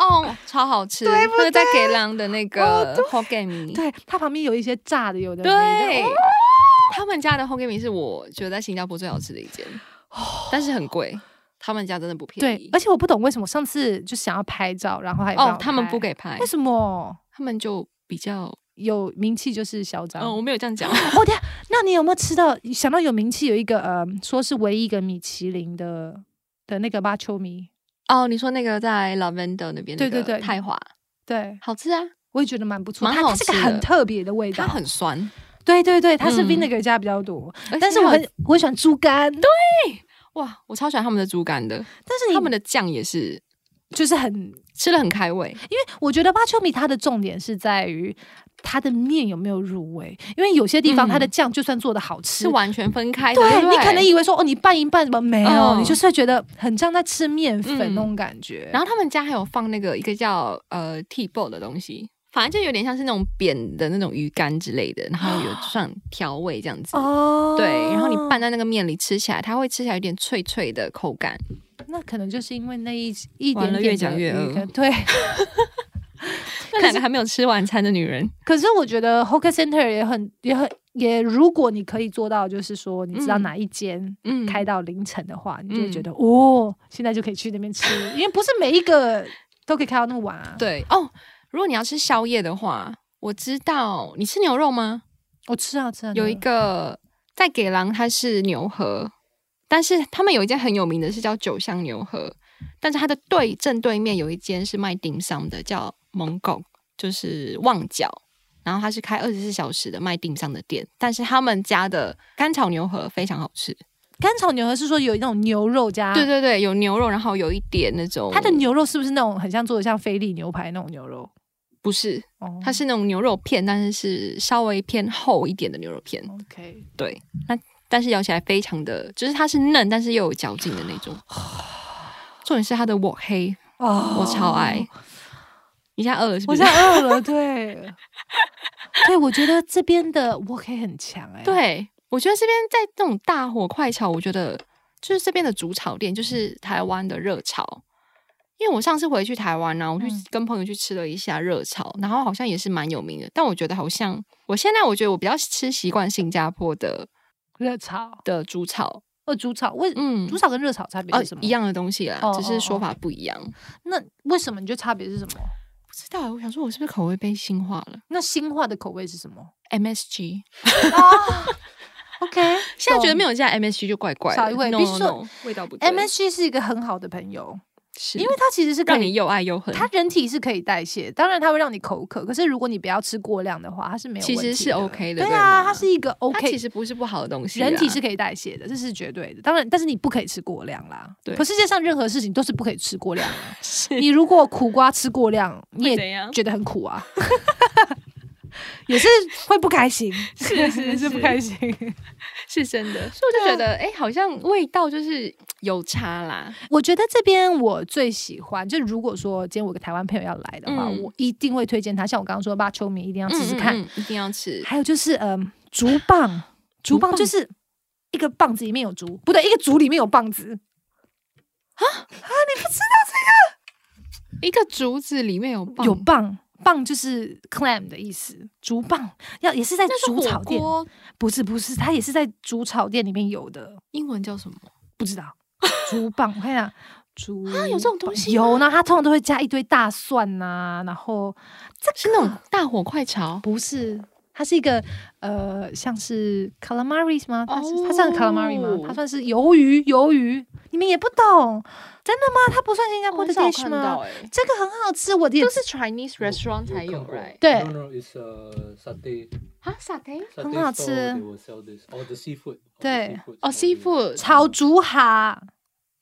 [SPEAKER 3] 哦，超好吃，
[SPEAKER 2] 对不
[SPEAKER 3] 那个在给郎的那个 Hokkien 米，
[SPEAKER 2] 对，哦它旁边有一些炸的，有的没的
[SPEAKER 3] 对他们家的 Hokkien 米是我觉得在新加坡最好吃的一间，但是很贵，他们家真的不便
[SPEAKER 2] 哦对
[SPEAKER 3] 宜，
[SPEAKER 2] 而。且我不懂为什么上次就想要拍照，然后还
[SPEAKER 3] 哦，他们不
[SPEAKER 2] 给，
[SPEAKER 3] 给拍
[SPEAKER 2] 为，什么？
[SPEAKER 3] 他们就比较，
[SPEAKER 2] 有名气就是嚣张。
[SPEAKER 3] 嗯、我
[SPEAKER 2] 哦，
[SPEAKER 3] 没有这样讲，
[SPEAKER 2] 对啊，那你有没有吃到？想到有名气有一个呃，说是唯一一个米其林的的那个巴丘米，
[SPEAKER 3] [LAUGHS] 哦，你说那个在 Lavender 那边，
[SPEAKER 2] 对对对
[SPEAKER 3] 泰华
[SPEAKER 2] 对
[SPEAKER 3] 好吃啊，
[SPEAKER 2] 我也觉得蛮不错，
[SPEAKER 3] 蛮
[SPEAKER 2] 它
[SPEAKER 3] 好
[SPEAKER 2] 它是个
[SPEAKER 3] 吃的
[SPEAKER 2] 很特别的味道
[SPEAKER 3] 它，很酸，
[SPEAKER 2] 对对对，它是
[SPEAKER 3] 嗯
[SPEAKER 2] vinegar 加比较多，
[SPEAKER 3] 而且
[SPEAKER 2] 但是
[SPEAKER 3] 它有
[SPEAKER 2] 我很我很喜欢猪肝，对，
[SPEAKER 3] 哇，我超喜欢他们的猪肝的，
[SPEAKER 2] 但是你
[SPEAKER 3] 他们的酱也是
[SPEAKER 2] 就是很
[SPEAKER 3] 吃了很开胃，
[SPEAKER 2] 因为我觉得巴丘米它的重点是在于它的面有没有入味，因为有些地方它
[SPEAKER 3] 嗯
[SPEAKER 2] 的酱就算做的好吃，
[SPEAKER 3] 是完全分开的。
[SPEAKER 2] 哎对哦
[SPEAKER 3] 不
[SPEAKER 2] 你可能以为说哦，你拌一拌什么没有，
[SPEAKER 3] 嗯
[SPEAKER 2] 你就是会觉得很像在吃面粉
[SPEAKER 3] 嗯
[SPEAKER 2] 那种感觉。
[SPEAKER 3] 然后他们家还有放那个一个叫呃 T b o 的东西，反正就有点像是那种扁的那种鱼干之类的，然后
[SPEAKER 2] [GASPS]
[SPEAKER 3] 有算调味这样子。
[SPEAKER 2] 哦
[SPEAKER 3] 对，然后你拌，在那个面里吃起来，它会吃起来有点脆脆的口感。
[SPEAKER 2] 那可能就是因为那一一
[SPEAKER 3] 完
[SPEAKER 2] 点
[SPEAKER 3] 了
[SPEAKER 2] 点
[SPEAKER 3] 越讲越
[SPEAKER 2] 的鱼
[SPEAKER 3] 饿
[SPEAKER 2] 干对，
[SPEAKER 3] 那两个还没有吃晚餐的女人，
[SPEAKER 2] 可是我觉得 Hawker Center 也很也很也，如果你可以做到，就是说你知道
[SPEAKER 3] 嗯
[SPEAKER 2] 哪一间
[SPEAKER 3] 嗯，
[SPEAKER 2] 开到凌晨的话，你就会觉
[SPEAKER 3] 嗯
[SPEAKER 2] 得哦，现在就可以去那边吃，因为不是每一个都可以开到那么晚啊。，
[SPEAKER 3] 对哦。如果你要吃宵夜的话，我知道你吃牛肉吗？
[SPEAKER 2] 我吃啊吃啊，
[SPEAKER 3] 有一个在给郎，它是牛河，但是他们有一间很有名的是叫九香牛河，但是它的对正对面有一间是卖丁商的，叫蒙狗，就是旺角。然后它是开二十四小时的卖丁商的店，但是他们家的干炒牛河非常好吃。
[SPEAKER 2] 干炒牛河是说有那种牛肉加
[SPEAKER 3] 对对对，有牛肉，然后有一点那种
[SPEAKER 2] 啊它的牛肉是不是那种很像做的像菲力牛排那种牛肉？
[SPEAKER 3] 不是，
[SPEAKER 2] 哦，
[SPEAKER 3] 它是那种牛肉片，但是是稍微偏厚一点的牛肉片，
[SPEAKER 2] OK。
[SPEAKER 3] 对，那但是咬起来非常的，就是它是嫩，但是又有嚼劲的那种。重点是它的我黑，
[SPEAKER 2] 哦
[SPEAKER 3] 我超爱。你现在饿了是不
[SPEAKER 2] 我
[SPEAKER 3] 是
[SPEAKER 2] 现？在饿了，对，对，我觉得这边的 work 很强哎、，
[SPEAKER 3] 对，我觉得这边在这种大火快炒，我觉得就是这边的主炒店就是台湾的热炒。因为我上次回去台湾呢、啊我去
[SPEAKER 2] 嗯
[SPEAKER 3] 跟朋友去吃了一下热炒，然后好像也是蛮有名的，但我觉得好像我现在我觉得我比较吃习惯新加坡的
[SPEAKER 2] 热炒、
[SPEAKER 3] 的猪炒，
[SPEAKER 2] 呃，煮炒为、
[SPEAKER 3] 嗯，
[SPEAKER 2] 煮炒跟热炒差别
[SPEAKER 3] 哦
[SPEAKER 2] 是什么？
[SPEAKER 3] 一。样的东西啦，
[SPEAKER 2] 哦
[SPEAKER 3] 只
[SPEAKER 2] 哦
[SPEAKER 3] 是
[SPEAKER 2] 哦
[SPEAKER 3] 说法不一样。
[SPEAKER 2] 那为什么你觉得差别是什么？
[SPEAKER 3] 不知道，我想说我是不是口味被新化了
[SPEAKER 2] 那新化的口味是什么？
[SPEAKER 3] [LAUGHS] ？MSG，
[SPEAKER 2] 啊，OK，
[SPEAKER 3] [LAUGHS] 现在觉得没
[SPEAKER 2] 有。
[SPEAKER 3] 有加 MSG 就怪怪的，
[SPEAKER 2] 少一味
[SPEAKER 3] no,
[SPEAKER 2] 必须
[SPEAKER 3] no,
[SPEAKER 2] 说
[SPEAKER 3] no, 味道不对
[SPEAKER 2] MSG 是一个很好的朋友，
[SPEAKER 3] 是
[SPEAKER 2] 因为它其实是可
[SPEAKER 3] 让你
[SPEAKER 2] 以，
[SPEAKER 3] 又爱又恨，
[SPEAKER 2] 它人体是可以代谢，当然它会让你口渴，可是如果你不要吃过量的话，它是没有
[SPEAKER 3] 其
[SPEAKER 2] 问
[SPEAKER 3] 实
[SPEAKER 2] 题
[SPEAKER 3] 是
[SPEAKER 2] 的
[SPEAKER 3] OK 的
[SPEAKER 2] 对
[SPEAKER 3] 对
[SPEAKER 2] 啊，
[SPEAKER 3] 吗
[SPEAKER 2] 它是一个
[SPEAKER 3] 它
[SPEAKER 2] OK，
[SPEAKER 3] 其实不是不好的东西啊啦，
[SPEAKER 2] 人体是可以代谢的，这是绝对的。当然，但是你不可以吃过量啦。
[SPEAKER 3] 对
[SPEAKER 2] 可世界上任何事情都是不可以吃过
[SPEAKER 3] [LAUGHS]
[SPEAKER 2] 量的。
[SPEAKER 3] 是
[SPEAKER 2] 你如果苦瓜吃过量，你
[SPEAKER 3] 会
[SPEAKER 2] 也
[SPEAKER 3] 怎样？
[SPEAKER 2] 觉得很
[SPEAKER 3] [LAUGHS]
[SPEAKER 2] 苦啊，也是会不开心， [LAUGHS]
[SPEAKER 3] 是是
[SPEAKER 2] 是
[SPEAKER 3] 是
[SPEAKER 2] 不开心。
[SPEAKER 3] 是真的，所以我就觉得，哎、好像味道就是有差啦。
[SPEAKER 2] 我觉得这边我最喜欢，就如果说今天我有个台湾朋友要来的话，
[SPEAKER 3] 嗯
[SPEAKER 2] 我一定会推荐他。像我刚刚说，八秋米一定要试试看。
[SPEAKER 3] 嗯嗯嗯一定要吃。
[SPEAKER 2] 还有就是，嗯，竹棒，竹
[SPEAKER 3] 竹
[SPEAKER 2] 棒
[SPEAKER 3] 棒
[SPEAKER 2] 就是一个棒子里面有竹，不对，一个竹里面有棒子。
[SPEAKER 3] 一个竹子里面有棒，
[SPEAKER 2] 有棒，棒就是 clam 的意思，竹棒要也是在
[SPEAKER 3] 那是
[SPEAKER 2] 竹
[SPEAKER 3] 火
[SPEAKER 2] 草店，
[SPEAKER 3] 锅，
[SPEAKER 2] 不是不是，它也是在竹草店里面有的，
[SPEAKER 3] 英文叫什么？
[SPEAKER 2] 不知道竹棒，我看一下。竹啊，
[SPEAKER 3] 有这种东西
[SPEAKER 2] 有，然后它通常都会加一堆大蒜呐、然后
[SPEAKER 3] 是那种 [CLEARS THROAT] 大火快炒。
[SPEAKER 2] 不是，它是一个呃，像是 calamari 吗？它是、它算是
[SPEAKER 3] 哦
[SPEAKER 2] calamari 吗？它算是鱿鱼，鱿鱼，你们也不懂，真的吗？它不算新加坡
[SPEAKER 3] 我
[SPEAKER 2] 的
[SPEAKER 3] 哦很少
[SPEAKER 2] dish
[SPEAKER 3] 看
[SPEAKER 2] 吗
[SPEAKER 3] 到、？哎，
[SPEAKER 2] 这个很好吃，我的也
[SPEAKER 3] 都是 Chinese restaurant 才有，right？
[SPEAKER 2] 对
[SPEAKER 1] No, no, it's uh, satay.
[SPEAKER 3] 啊，沙爹
[SPEAKER 1] satay
[SPEAKER 2] 很好
[SPEAKER 1] store,
[SPEAKER 2] 吃
[SPEAKER 1] They will sell this. All the seafood. all the
[SPEAKER 2] 对
[SPEAKER 1] seafoods,
[SPEAKER 3] 哦
[SPEAKER 1] all the-
[SPEAKER 3] ，seafood
[SPEAKER 2] 炒竹蛤，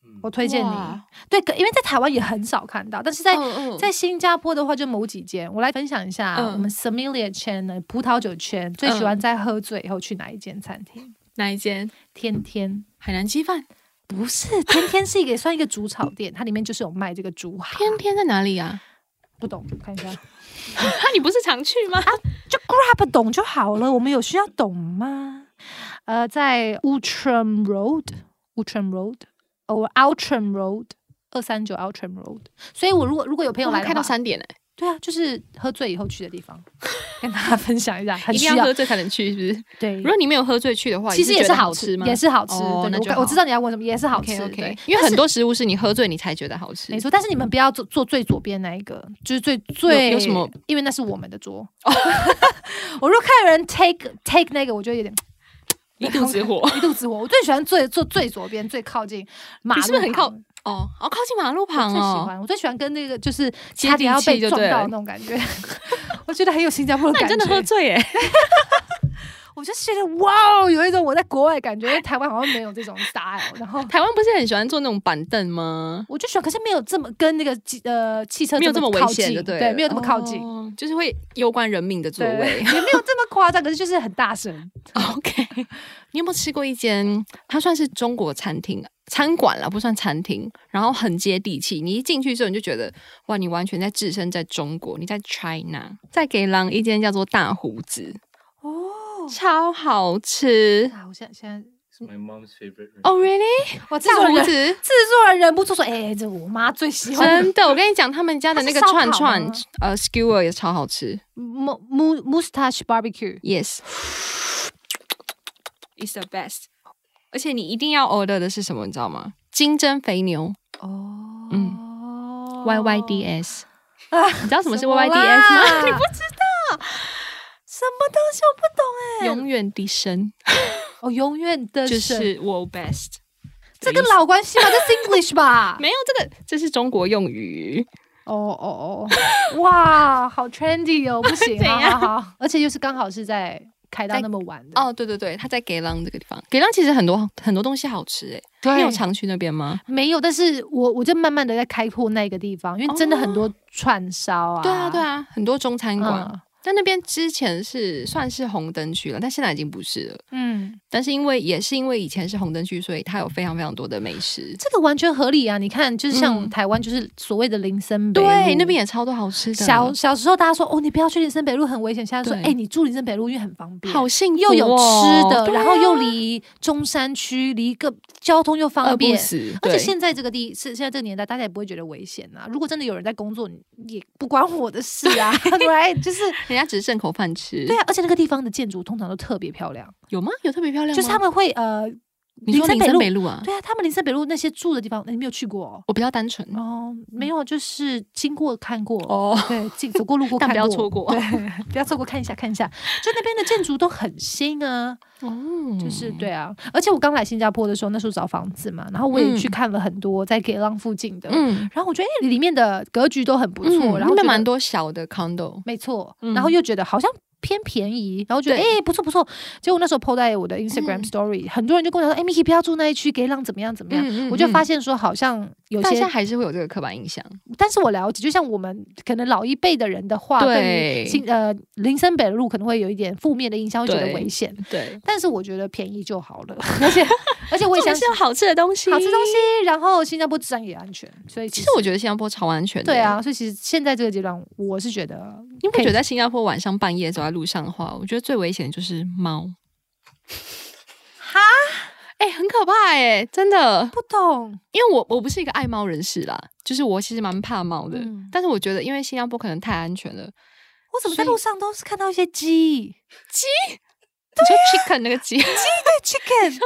[SPEAKER 1] 嗯
[SPEAKER 2] 我推荐你。
[SPEAKER 3] 哇
[SPEAKER 2] 对，可因为在台湾也很少看到，但是在、
[SPEAKER 3] 嗯嗯
[SPEAKER 2] 在新加坡的话，就某几间，我来分享一下、
[SPEAKER 3] 嗯
[SPEAKER 2] 我们 Samilia 圈的葡萄酒圈最喜欢在喝醉以后去哪一间餐厅？
[SPEAKER 3] 哪一间？
[SPEAKER 2] 天天
[SPEAKER 3] 海南鸡饭，
[SPEAKER 2] 不是天天是一个也算一个竹草店，它里面就是有卖这个竹蛤。
[SPEAKER 3] 天天在哪里啊？
[SPEAKER 2] 不懂，看一下
[SPEAKER 3] 啊，你不是常去吗？
[SPEAKER 2] 就 grab 懂就好了，我们有需要懂吗？呃，在 Outram Road，Outram Road，哦 Outram Road，二三九 Outram Road，所以我如果如果有朋友
[SPEAKER 3] 哇
[SPEAKER 2] 来的
[SPEAKER 3] 开到
[SPEAKER 2] 话
[SPEAKER 3] 三点哎，
[SPEAKER 2] 对啊，就是喝醉以后去的地方，跟大家分享一下，很
[SPEAKER 3] 一
[SPEAKER 2] 需
[SPEAKER 3] 定要嗯
[SPEAKER 2] 要。
[SPEAKER 3] 喝醉才能去，是不是？
[SPEAKER 2] 对
[SPEAKER 3] 如，果你没有喝醉去的话，
[SPEAKER 2] 其实
[SPEAKER 3] 你
[SPEAKER 2] 也
[SPEAKER 3] 是觉得
[SPEAKER 2] 是好
[SPEAKER 3] 吃
[SPEAKER 2] 吃
[SPEAKER 3] 吗？
[SPEAKER 2] 也是好吃。
[SPEAKER 3] 哦
[SPEAKER 2] 对
[SPEAKER 3] 那
[SPEAKER 2] 我
[SPEAKER 3] 就
[SPEAKER 2] 感我
[SPEAKER 3] 好
[SPEAKER 2] 知道你要问什么，也是好吃。
[SPEAKER 3] OK OK，
[SPEAKER 2] 对
[SPEAKER 3] 因为
[SPEAKER 2] 但
[SPEAKER 3] 很
[SPEAKER 2] 是
[SPEAKER 3] 多食物是你喝醉你才觉得好吃。
[SPEAKER 2] 没错，但是你们不要坐坐最左边那一个，就是最最
[SPEAKER 3] 有什么？哦
[SPEAKER 2] 因为那是我们的桌。 [LAUGHS] 我如果看有人 take take 那个，我觉得有
[SPEAKER 3] [LAUGHS]
[SPEAKER 2] 点
[SPEAKER 3] 一肚子火
[SPEAKER 2] 一肚子火。我最喜欢最坐最左边，最靠近马路
[SPEAKER 3] 你
[SPEAKER 2] 旁。
[SPEAKER 3] 是不是很靠 [LAUGHS] 哦，好靠近马路
[SPEAKER 2] 我
[SPEAKER 3] 旁
[SPEAKER 2] 最喜
[SPEAKER 3] 哦。
[SPEAKER 2] 欢，我最喜欢跟那个就是
[SPEAKER 3] 接
[SPEAKER 2] 差点
[SPEAKER 3] 地
[SPEAKER 2] 要被
[SPEAKER 3] 气就
[SPEAKER 2] 撞
[SPEAKER 3] 对
[SPEAKER 2] 到
[SPEAKER 3] 了
[SPEAKER 2] 那种感觉， [LAUGHS] 我觉得很有新加坡的
[SPEAKER 3] 那你
[SPEAKER 2] 感觉。
[SPEAKER 3] 真的喝醉耶？
[SPEAKER 2] 我就觉得哇，哦，有一种我在国外感觉，因为台湾好像没有这种 style，然后
[SPEAKER 3] 台湾不是很喜欢坐那种板凳吗？
[SPEAKER 2] 我就喜欢，可是没有这么跟那个机呃汽车
[SPEAKER 3] 没有这么危
[SPEAKER 2] 靠
[SPEAKER 3] 险
[SPEAKER 2] 近
[SPEAKER 3] 的，
[SPEAKER 2] 对，
[SPEAKER 3] 了
[SPEAKER 2] 没有这么靠近，
[SPEAKER 3] 哦就是会攸关人命的座
[SPEAKER 2] 对，
[SPEAKER 3] 位。
[SPEAKER 2] 也没有这么夸张，可是就是很大声。
[SPEAKER 3] OK，你 [LAUGHS] 有没有吃过一间？它算是中国餐厅餐馆啦，不算餐厅，然后很接地气。你一进去之后，你就觉得哇，你完全在置身在中国，你在 China。在给狼一间叫做大胡子，
[SPEAKER 2] 哦，
[SPEAKER 3] 超好吃。
[SPEAKER 2] 啊，我现在现在
[SPEAKER 1] It's my mom's favorite. right
[SPEAKER 3] 哦、r e a l l y
[SPEAKER 2] 哇，制
[SPEAKER 3] 大
[SPEAKER 2] 作
[SPEAKER 3] 胡
[SPEAKER 2] 人
[SPEAKER 3] 子
[SPEAKER 2] 制作人忍不住说，哎、这我妈最喜欢的
[SPEAKER 3] 真的，我跟你讲，他们家的那个
[SPEAKER 2] 它是烧烤
[SPEAKER 3] 串串
[SPEAKER 2] 吗，
[SPEAKER 3] 呃，skewer 也超好吃。
[SPEAKER 2] mu mu mustache barbecue。
[SPEAKER 3] Yes，it's the best。而且你一定要 order 的是什么，你知道吗？金针肥牛
[SPEAKER 2] 哦，嗯
[SPEAKER 3] YYDS。
[SPEAKER 2] 啊
[SPEAKER 3] 你知道什么是
[SPEAKER 2] 么
[SPEAKER 3] YYDS
[SPEAKER 2] 啦 [LAUGHS]
[SPEAKER 3] 吗？你 [LAUGHS] 不
[SPEAKER 2] 什么东西我不懂哎、
[SPEAKER 3] 永远的神
[SPEAKER 2] 我永远的
[SPEAKER 3] 就
[SPEAKER 2] 神
[SPEAKER 3] 是 world best。
[SPEAKER 2] 这跟老关系吗？这是 English 吧？
[SPEAKER 3] 没有这个，这是中国用语。
[SPEAKER 2] 哦哦 [LAUGHS] 哦，哇，好 trendy 哦，不 [LAUGHS] 行，
[SPEAKER 3] 怎
[SPEAKER 2] 好
[SPEAKER 3] 样
[SPEAKER 2] 好好，而且又是刚好是在开到那么晚的，
[SPEAKER 3] 哦，对对对，它在给浪这个地方，给浪其实很多很多东西好吃诶。
[SPEAKER 2] 对
[SPEAKER 3] 你有常去那边吗？
[SPEAKER 2] 没有，但是我我就慢慢的在开拓那个地方，因为真的很多串烧啊，
[SPEAKER 3] 对啊，对，啊，很多中餐馆。
[SPEAKER 2] 嗯，
[SPEAKER 3] 但那边之前是算是红灯区了，但现在已经不是了。
[SPEAKER 2] 嗯，
[SPEAKER 3] 但是因为也是因为以前是红灯区，所以它有非常非常多的美食。
[SPEAKER 2] 这个完全合理啊！你看，就是像
[SPEAKER 3] 嗯
[SPEAKER 2] 台湾，就是所谓的林森北路
[SPEAKER 3] 对，那边也超多好吃的，
[SPEAKER 2] 小小时候大家说哦，你不要去林森北路，很危险。现在说，
[SPEAKER 3] 对
[SPEAKER 2] 哎、你住林森北路因为很方便，啊
[SPEAKER 3] 好幸福、哦，
[SPEAKER 2] 又有吃的，
[SPEAKER 3] 对
[SPEAKER 2] 然后又离中山区，离一个交通又
[SPEAKER 3] 饿
[SPEAKER 2] 方
[SPEAKER 3] 不
[SPEAKER 2] 便。
[SPEAKER 3] 死，
[SPEAKER 2] 而且
[SPEAKER 3] 对
[SPEAKER 2] 现在这个地是现在这个年代，大家也不会觉得危险呐、如果真的有人在工作，你也不关我的事啊，right？就是
[SPEAKER 3] 人家只是挣口饭吃，
[SPEAKER 2] [LAUGHS] 对啊，而且那个地方的建筑通常都特别漂亮，
[SPEAKER 3] 有吗？有特别漂亮吗？
[SPEAKER 2] 就是他们会呃，
[SPEAKER 3] 你说
[SPEAKER 2] 林森
[SPEAKER 3] 林
[SPEAKER 2] 北
[SPEAKER 3] 森
[SPEAKER 2] 路
[SPEAKER 3] 北路啊？
[SPEAKER 2] 对啊，他们林森北路那些住的地方，你没有去过哦？
[SPEAKER 3] 我比较单纯
[SPEAKER 2] 哦，没有，就是经过看过
[SPEAKER 3] 哦，
[SPEAKER 2] 对，进走过路 [LAUGHS] 过看
[SPEAKER 3] 但
[SPEAKER 2] 过，
[SPEAKER 3] 不要错过
[SPEAKER 2] 对，不要错过看一下看一下，就那边的建筑都很新啊，
[SPEAKER 3] 哦，
[SPEAKER 2] 就是对啊，而且我刚来新加坡的时候，那时候找房子嘛，然后我也
[SPEAKER 3] 嗯
[SPEAKER 2] 去看了很多在给浪附近的，
[SPEAKER 3] 嗯，
[SPEAKER 2] 然后我觉得哎、里面的格局都很不
[SPEAKER 3] 嗯，
[SPEAKER 2] 错，然后
[SPEAKER 3] 那边
[SPEAKER 2] 觉得
[SPEAKER 3] 蛮，多小的 condo，
[SPEAKER 2] 没错，
[SPEAKER 3] 嗯
[SPEAKER 2] 然后又觉得好像。偏便宜，然后觉得哎、
[SPEAKER 3] 对
[SPEAKER 2] 不错不错，结果那时候 PO 在我的 Instagram
[SPEAKER 3] 嗯
[SPEAKER 2] Story，、很多人就跟我讲说，哎、m i k i 不要住那一区，给浪怎么样怎么样，
[SPEAKER 3] 嗯
[SPEAKER 2] 我就发
[SPEAKER 3] 现
[SPEAKER 2] 现说好像有
[SPEAKER 3] 大
[SPEAKER 2] 些
[SPEAKER 3] 家还是会有这个刻板印象，
[SPEAKER 2] 但是我了解，就像我们可能老一辈的人的话，对
[SPEAKER 3] 对
[SPEAKER 2] 于新呃林森北路可能会有一点负面的印象，会觉得
[SPEAKER 3] 对
[SPEAKER 2] 危险。
[SPEAKER 3] 对，
[SPEAKER 2] 但是我觉得便宜就好了， [LAUGHS] 而且而且我也
[SPEAKER 3] 重点
[SPEAKER 2] 相
[SPEAKER 3] 是
[SPEAKER 2] 信
[SPEAKER 3] 有好吃的东西，
[SPEAKER 2] 好吃东。西，然后新加坡治安也安全，所以
[SPEAKER 3] 其
[SPEAKER 2] 其
[SPEAKER 3] 实我觉得新加坡超安全的，
[SPEAKER 2] 对，啊，所以其实现在这个阶段，我是觉得
[SPEAKER 3] 因为
[SPEAKER 2] 可
[SPEAKER 3] 我
[SPEAKER 2] 以
[SPEAKER 3] 觉得在新加坡晚上半夜走在路上的话，我觉得最危险的就是猫。
[SPEAKER 2] 哈，
[SPEAKER 3] 哎、很可怕哎、真的，
[SPEAKER 2] 不懂，
[SPEAKER 3] 因为我我不是一个爱猫人士啦，就是我其实蛮怕猫的，
[SPEAKER 2] 嗯
[SPEAKER 3] 但是我觉得因为新加坡可能太安全了，
[SPEAKER 2] 我怎么在路上都是看到一些鸡，
[SPEAKER 3] 你说 chicken 那个鸡，
[SPEAKER 2] 对 chicken。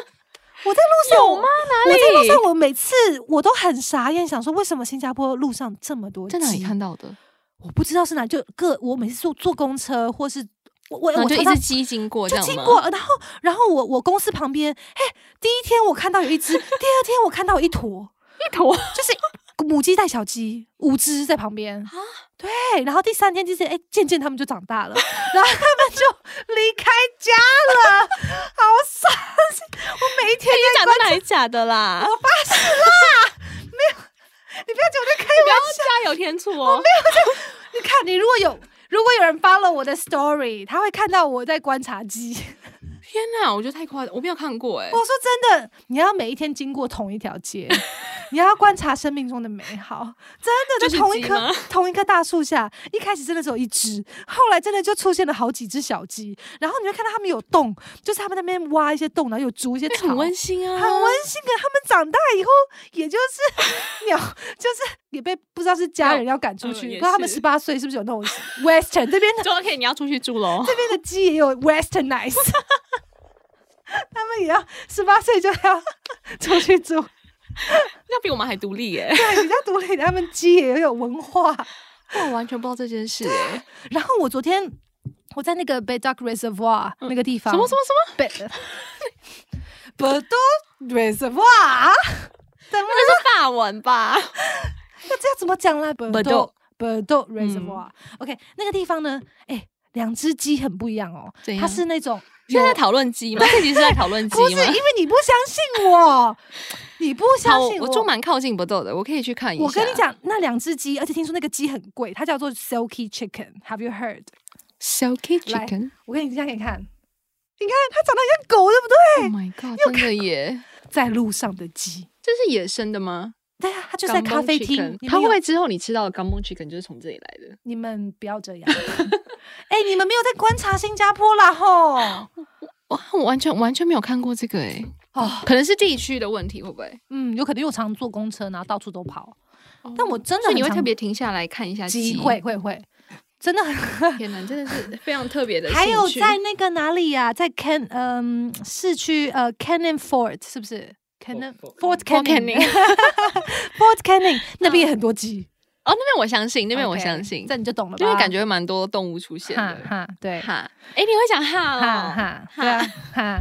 [SPEAKER 2] 我在路上
[SPEAKER 3] 有吗？
[SPEAKER 2] 我在路
[SPEAKER 3] 里
[SPEAKER 2] 上，我每次我都很傻眼，想说为什么新加坡路上这么
[SPEAKER 3] [LAUGHS]
[SPEAKER 2] 多
[SPEAKER 3] 在哪里
[SPEAKER 2] 鸡
[SPEAKER 3] 看到的？
[SPEAKER 2] 我不知道是哪，就各我每次坐坐公车或是我我
[SPEAKER 3] 然
[SPEAKER 2] 我
[SPEAKER 3] 哦后就一
[SPEAKER 2] 常
[SPEAKER 3] 只
[SPEAKER 2] 常
[SPEAKER 3] 鸡经过，这
[SPEAKER 2] 就
[SPEAKER 3] 样
[SPEAKER 2] 经
[SPEAKER 3] 吗？
[SPEAKER 2] 过，然后然后我我公司旁边，嘿，第一天我看到有一只，第二天我看到有一坨，
[SPEAKER 3] 一坨， [LAUGHS]
[SPEAKER 2] 就是母鸡带小鸡，五只在旁边啊，对，然后第三天就是哎，渐渐他们就长大了，然后他们就离开家了，好伤心，我每一天
[SPEAKER 3] 假的哪里假的啦？
[SPEAKER 2] 我发誓啦，没有，你不要讲我在开
[SPEAKER 3] 不要加油添醋哦！
[SPEAKER 2] 你看，你如果有如果有人 follow 我的 story，他会看到我在观察鸡。
[SPEAKER 3] 天哪，我觉得太夸张，我没有看过哎
[SPEAKER 2] 我。说真的，你要每一天经过同一条街，你要观察生命中的美好。真的，
[SPEAKER 3] 就
[SPEAKER 2] 在
[SPEAKER 3] 是
[SPEAKER 2] 同一
[SPEAKER 3] 鸡
[SPEAKER 2] 棵
[SPEAKER 3] 吗
[SPEAKER 2] 同一棵大树下，一开始真的只有一只，后来真的就出现了好几只小鸡，然后你会看到它们有洞，就是它们那边挖一些洞，然后有筑一些
[SPEAKER 3] 那
[SPEAKER 2] 草，
[SPEAKER 3] 很温馨啊，
[SPEAKER 2] 很温馨。可他们长大以后，也就是 [LAUGHS] 鸟，就是也被不知道是家人要赶出
[SPEAKER 3] 嗯
[SPEAKER 2] 去，
[SPEAKER 3] 也
[SPEAKER 2] 不知道他们
[SPEAKER 3] 是
[SPEAKER 2] 十八岁是不是有那种 Western 这边的
[SPEAKER 3] 就 OK，你要出去住喽。
[SPEAKER 2] 这边的鸡也有 westernize，他们也要十八岁就要出去 [LAUGHS] 住，
[SPEAKER 3] 那比我们还独立 [LAUGHS] 耶！
[SPEAKER 2] 对，比较独立的，他们鸡也有文化。
[SPEAKER 3] 啊我完全不知道这件事哎。
[SPEAKER 2] 然后我昨天我在那个 Bay Duck Reservoir 那个地方，
[SPEAKER 3] 什么什么什么？
[SPEAKER 2] Bay [LAUGHS] Bay Duck Reservoir，怎么
[SPEAKER 3] 那是法文吧？
[SPEAKER 2] 那这要怎么讲啦 b
[SPEAKER 3] Bedok
[SPEAKER 2] b e d o Reservoir，OK，那个地方呢，哎，两只鸡很不一样哦
[SPEAKER 3] [LAUGHS] 怎，
[SPEAKER 2] 它
[SPEAKER 3] 样
[SPEAKER 2] 是那种
[SPEAKER 3] 现在在讨论鸡吗？这集是在讨论鸡
[SPEAKER 2] 不是因
[SPEAKER 3] 吗？
[SPEAKER 2] 为你不相信我，你不相
[SPEAKER 3] 好，
[SPEAKER 2] 信
[SPEAKER 3] 我住蛮靠近不斗的，我可以去看一下。
[SPEAKER 2] 我跟你讲，那两只鸡，而且听说那个鸡很贵，它叫做 Silky Chicken。Have you heard？
[SPEAKER 3] ，Silky
[SPEAKER 2] 来
[SPEAKER 3] Chicken。
[SPEAKER 2] 我跟你这样给你看，你看它长得很像狗，对不对？
[SPEAKER 3] Oh my god！真的耶，
[SPEAKER 2] 在路上的鸡，
[SPEAKER 3] 这是野生的吗？
[SPEAKER 2] 对啊，它就在咖啡厅
[SPEAKER 3] Gumball。
[SPEAKER 2] 你
[SPEAKER 3] 它
[SPEAKER 2] 们
[SPEAKER 3] 会不会
[SPEAKER 2] 有
[SPEAKER 3] 之后你吃到的 Gumball Chicken 就是从这里来的？
[SPEAKER 2] 你们不要这样。 [LAUGHS] 哎、你们没有在观察新加坡啦吼！
[SPEAKER 3] 哇，啊我完全完全没有看过这个哎，
[SPEAKER 2] 哦，
[SPEAKER 3] 可能是地区的问题，会不会？
[SPEAKER 2] 嗯，有可能因为我常坐公车，然后到处都跑。但我真的
[SPEAKER 3] 所以
[SPEAKER 2] 很
[SPEAKER 3] 你会
[SPEAKER 2] 常
[SPEAKER 3] 特别停下来看一下
[SPEAKER 2] 鸡
[SPEAKER 3] 鸡？
[SPEAKER 2] 会会会，真的很。
[SPEAKER 3] 天哪，真的是非常特别的兴趣。
[SPEAKER 2] 还有在那个哪里呀、在 Can 嗯、市区呃 Cannon Fort 是不是？Cannon Fort
[SPEAKER 1] Fort-
[SPEAKER 2] Canning
[SPEAKER 3] 嗯 Canning
[SPEAKER 2] [LAUGHS] Fort Canning 那边也很多鸡，
[SPEAKER 3] 哦，那边我相 [LAUGHS] 信，那边我
[SPEAKER 2] OK，
[SPEAKER 3] 相信，
[SPEAKER 2] 这你就懂了吧？
[SPEAKER 3] 因为感觉蛮多动物出现
[SPEAKER 2] 哈
[SPEAKER 3] 的。
[SPEAKER 2] 哈对。
[SPEAKER 3] 哈，哎，你会讲哈哦？
[SPEAKER 2] 哈哈，对啊，哈！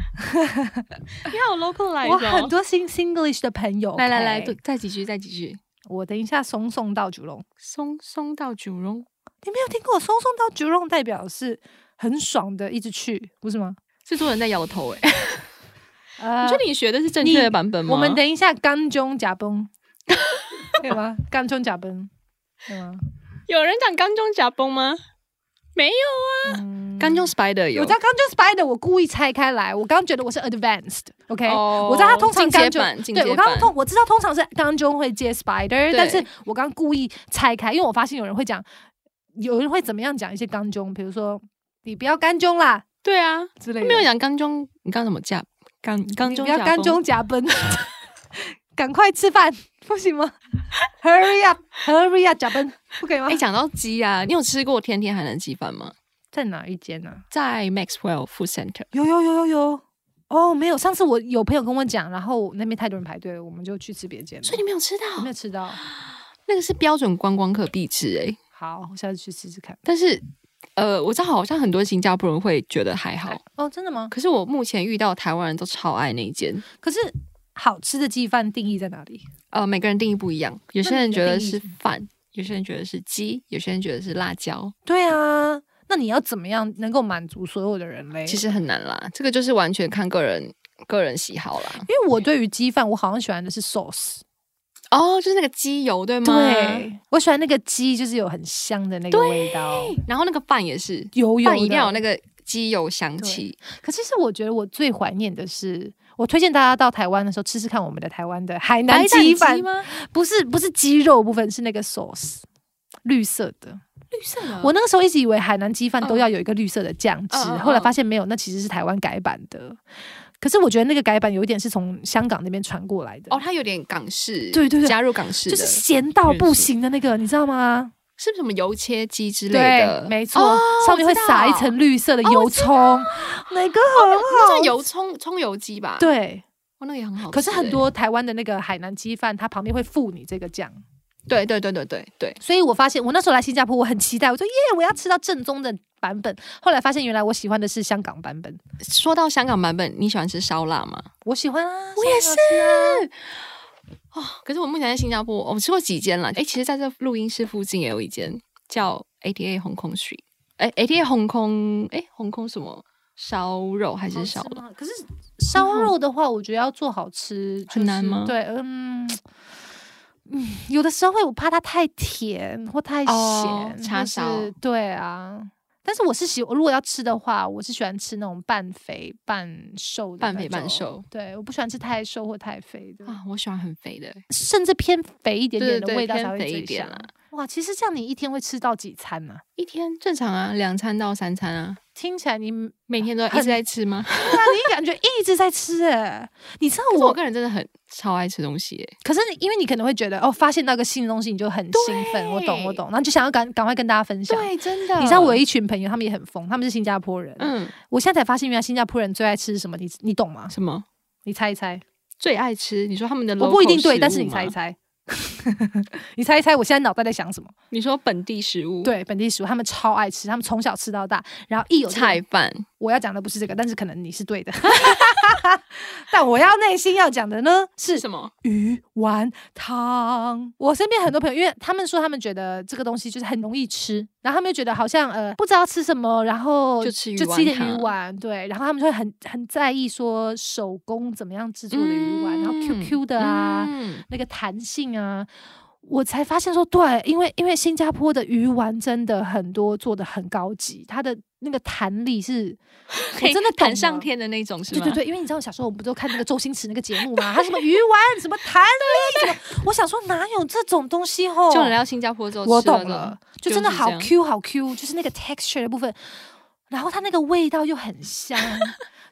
[SPEAKER 3] 你好 local 来
[SPEAKER 2] 我很多新 Singlish 的朋友，
[SPEAKER 3] 来来来，
[SPEAKER 2] OK
[SPEAKER 3] 对，再几句，再几句。
[SPEAKER 2] 我等一下松送到九龙，
[SPEAKER 3] 松松到九龙
[SPEAKER 2] 你没有听过松送到九龙代表是很爽的，一直去，不是吗？
[SPEAKER 3] 制作人在摇头哎，
[SPEAKER 2] 呃
[SPEAKER 3] [LAUGHS] 你觉得你学的是正确的版本吗？
[SPEAKER 2] 我们等一下干中假崩，可以吗？干中假崩，对吗？
[SPEAKER 3] 有人讲刚中夹崩吗？没有，
[SPEAKER 2] 嗯
[SPEAKER 3] 刚用 Spider 有
[SPEAKER 2] 我知道刚就 Spider，我故意拆开来，我刚觉得我是 Advanced，OK，、
[SPEAKER 3] 哦
[SPEAKER 2] 我知道他通常
[SPEAKER 3] 进阶
[SPEAKER 2] 刚就
[SPEAKER 3] 版，进阶
[SPEAKER 2] 对我刚刚
[SPEAKER 3] 版
[SPEAKER 2] 通我知道通常是刚就会接 Spider，但是
[SPEAKER 3] 对
[SPEAKER 2] 我刚故意拆开，因为我发现有人会讲，有人会怎么样讲一些刚中，比如说你不要干中啦
[SPEAKER 3] 对啊，
[SPEAKER 2] 之类
[SPEAKER 3] 他
[SPEAKER 2] 的，
[SPEAKER 3] 没有讲刚中，你刚刚怎么架刚刚
[SPEAKER 2] 你
[SPEAKER 3] 中
[SPEAKER 2] 不要
[SPEAKER 3] 架
[SPEAKER 2] 干
[SPEAKER 3] 风
[SPEAKER 2] 中夹 [LAUGHS] 崩，赶快吃饭，不行吗？Hurry up，Hurry up，夹崩，不可以吗
[SPEAKER 3] 哎、？讲到鸡啊，你有吃过天天海南鸡饭吗？
[SPEAKER 2] 在哪一间呢、啊
[SPEAKER 3] 在 Maxwell Food Center，
[SPEAKER 2] 有有有有有。哦，没有，上次我有朋友跟我讲，然后那边太多人排队了，我们就去吃别间了。
[SPEAKER 3] 所以你没有吃到，
[SPEAKER 2] 有没有吃到？
[SPEAKER 3] 那个是标准观光客必吃哎、
[SPEAKER 2] 好，我下次去试试看。
[SPEAKER 3] 但是，呃，我知道好像很多新加坡人会觉得还好，
[SPEAKER 2] 哦，真的吗？
[SPEAKER 3] 可是我目前遇到台湾人都超爱那一间。
[SPEAKER 2] 可是好吃的鸡饭定义在哪里？
[SPEAKER 3] 呃，每个人定义不一样，有些
[SPEAKER 2] 那
[SPEAKER 3] 人
[SPEAKER 2] 你
[SPEAKER 3] 觉
[SPEAKER 2] 的
[SPEAKER 3] 得
[SPEAKER 2] 定义
[SPEAKER 3] 是
[SPEAKER 2] 是
[SPEAKER 3] 饭，有些人觉得是鸡，有些人觉得是辣椒，
[SPEAKER 2] 对啊，那你要怎么样能够满足所有的人类？
[SPEAKER 3] 其，实很难啦。这个就是完全看个人个人喜好啦。
[SPEAKER 2] 因为我对于鸡饭，我好像喜欢的是 sauce。
[SPEAKER 3] 哦，就是那个鸡油对吗？，，
[SPEAKER 2] 我喜欢那个鸡，就是有很香的那个味道，
[SPEAKER 3] 然后那个饭也是，
[SPEAKER 2] 油油
[SPEAKER 3] 饭一定要有
[SPEAKER 2] 的。
[SPEAKER 3] 那个鸡油香
[SPEAKER 2] 对
[SPEAKER 3] 气。
[SPEAKER 2] 可是是我觉得我最怀念的是，我推荐大家到台湾的时候吃吃看我们的台湾的海南
[SPEAKER 3] 白斩
[SPEAKER 2] 鸡饭，
[SPEAKER 3] 吗？
[SPEAKER 2] 不是不是鸡肉部分，是那个 sauce。绿色的，
[SPEAKER 3] 绿色的
[SPEAKER 2] 我那个时候一直以为海南鸡饭
[SPEAKER 3] 嗯
[SPEAKER 2] 都要有一个绿色的酱汁，
[SPEAKER 3] 嗯嗯嗯
[SPEAKER 2] 后来发现没有，那其实是台湾改版的。可是我觉得那个改版有一点是从香港那边传过来的，
[SPEAKER 3] 哦，它有点港式，
[SPEAKER 2] 对对对
[SPEAKER 3] 加入港式
[SPEAKER 2] 就
[SPEAKER 3] 的，
[SPEAKER 2] 是咸到不行的那个，你知道吗？
[SPEAKER 3] 是不是什么油切鸡之类的？
[SPEAKER 2] 没错，
[SPEAKER 3] 哦
[SPEAKER 2] 上面会
[SPEAKER 3] 我知道
[SPEAKER 2] 撒一层绿色的
[SPEAKER 3] 哦
[SPEAKER 2] 油
[SPEAKER 3] 我知道
[SPEAKER 2] 葱，那个很
[SPEAKER 3] 哦那
[SPEAKER 2] 好
[SPEAKER 3] 叫油葱葱油鸡吧？，
[SPEAKER 2] 对。
[SPEAKER 3] 哦，那个也很好吃欸。
[SPEAKER 2] 可是很多台湾的那个海南鸡饭，它旁边会附你这个酱，
[SPEAKER 3] 对对对对对对，
[SPEAKER 2] 所以我发现我那时候来新加坡，我很期待，我说耶，我要吃到正宗的版本。后来发现原来我喜欢的是香港版本，
[SPEAKER 3] 说到香港版本，你喜欢吃烧腊吗？
[SPEAKER 2] 我喜欢啊，
[SPEAKER 3] 我也
[SPEAKER 2] 香港好吃啊，
[SPEAKER 3] 可是我目前在新加坡，哦我吃过几间了。哎，其实在这录音室附近也有一间叫 ATA Hong Kong Street，哎，ATA Hong Kong，哎，Hong Kong 什么烧肉还是烧
[SPEAKER 2] 好吃
[SPEAKER 3] 腊？
[SPEAKER 2] 吗哦可是烧肉的话，我觉得要做好吃、就是
[SPEAKER 3] 很难吗
[SPEAKER 2] 对，嗯。嗯，有的时候会我怕它太甜或太咸，
[SPEAKER 3] 哦叉
[SPEAKER 2] 或是
[SPEAKER 3] 烧
[SPEAKER 2] 对啊。但是我是喜，如果要吃的话，我是喜欢吃那种半肥半瘦的，
[SPEAKER 3] 半肥半。瘦
[SPEAKER 2] 对，我不喜欢吃太瘦或太肥的，
[SPEAKER 3] 啊，我喜欢很肥的。
[SPEAKER 2] 甚至偏肥一点
[SPEAKER 3] 对对
[SPEAKER 2] 点的
[SPEAKER 3] 对
[SPEAKER 2] 味道
[SPEAKER 3] 偏
[SPEAKER 2] 才会
[SPEAKER 3] 肥一
[SPEAKER 2] 最
[SPEAKER 3] 点
[SPEAKER 2] 香
[SPEAKER 3] 啦。
[SPEAKER 2] 哇，其实这样你一天会吃到几餐呢、
[SPEAKER 3] 一天正常啊，两餐到三餐啊，
[SPEAKER 2] 听起来 [LAUGHS] 你，对
[SPEAKER 3] 每天都一直
[SPEAKER 2] 很
[SPEAKER 3] 在吃
[SPEAKER 2] [LAUGHS]
[SPEAKER 3] 吗？
[SPEAKER 2] 啊，你感觉一直在吃哎、你知道
[SPEAKER 3] 可是
[SPEAKER 2] 我
[SPEAKER 3] 我个人真的很超爱吃东西耶，
[SPEAKER 2] 可是你因为你可能会觉得哦，发现到一个新的东西你就很兴奋，我懂我懂，然后就想要赶赶快跟大家分享。
[SPEAKER 3] 对，真的。
[SPEAKER 2] 你知道我有一群朋友，他们也很疯，他们是新加坡人。
[SPEAKER 3] 嗯
[SPEAKER 2] 我现在才发现，原来新加坡人最爱吃什么，你你懂吗？
[SPEAKER 3] 什么
[SPEAKER 2] 你猜一猜，
[SPEAKER 3] 最爱吃？你说他们的
[SPEAKER 2] 我不一
[SPEAKER 3] local
[SPEAKER 2] 定对，
[SPEAKER 3] 食
[SPEAKER 2] 但是
[SPEAKER 3] 物
[SPEAKER 2] 你猜一
[SPEAKER 3] 吗，
[SPEAKER 2] 猜， [LAUGHS] 你猜一猜，我现在脑袋在想什么？
[SPEAKER 3] 你说本地食物，，
[SPEAKER 2] 对，本地食物，他们超爱吃，他们从小吃到大，然后一有这个
[SPEAKER 3] 菜，饭
[SPEAKER 2] 我要讲的不是这个，但是可能你是对的， [LAUGHS] 但我要内心要讲的呢是
[SPEAKER 3] 是什么？
[SPEAKER 2] 鱼丸汤。我身边很多朋友，因为他们说他们觉得这个东西就是很容易吃，然后他们又觉得好像呃不知道吃什么，然后
[SPEAKER 3] 就吃鱼
[SPEAKER 2] 就吃一点
[SPEAKER 3] 丸
[SPEAKER 2] 鱼
[SPEAKER 3] 汤
[SPEAKER 2] 丸，对，然后他们就会很很在意说手工怎么样制作的鱼丸，然后
[SPEAKER 3] 嗯
[SPEAKER 2] QQ 的啊，
[SPEAKER 3] 嗯
[SPEAKER 2] 那个弹性啊。我才发现说，对，因为因为新加坡的鱼丸真的很多做的很高级，它的那个弹力是，我
[SPEAKER 3] [LAUGHS] 可以
[SPEAKER 2] 真的懂
[SPEAKER 3] 弹上
[SPEAKER 2] 了
[SPEAKER 3] 天的那种，是
[SPEAKER 2] 对
[SPEAKER 3] 吗？
[SPEAKER 2] 对对，因为你知道小时候我们不都看那个周星驰那个节目吗？他什么鱼丸，什么弹
[SPEAKER 3] [LAUGHS]
[SPEAKER 2] 力，什么，我想说哪有这种东西吼？
[SPEAKER 3] 就来到新加坡之后，
[SPEAKER 2] 哦我
[SPEAKER 3] 哦吃
[SPEAKER 2] 懂
[SPEAKER 3] 这种
[SPEAKER 2] 了，，就真的
[SPEAKER 3] 就是
[SPEAKER 2] 好
[SPEAKER 3] 这样
[SPEAKER 2] Q 好 Q，就是那个 texture 的部分，然后它那个味道又很香，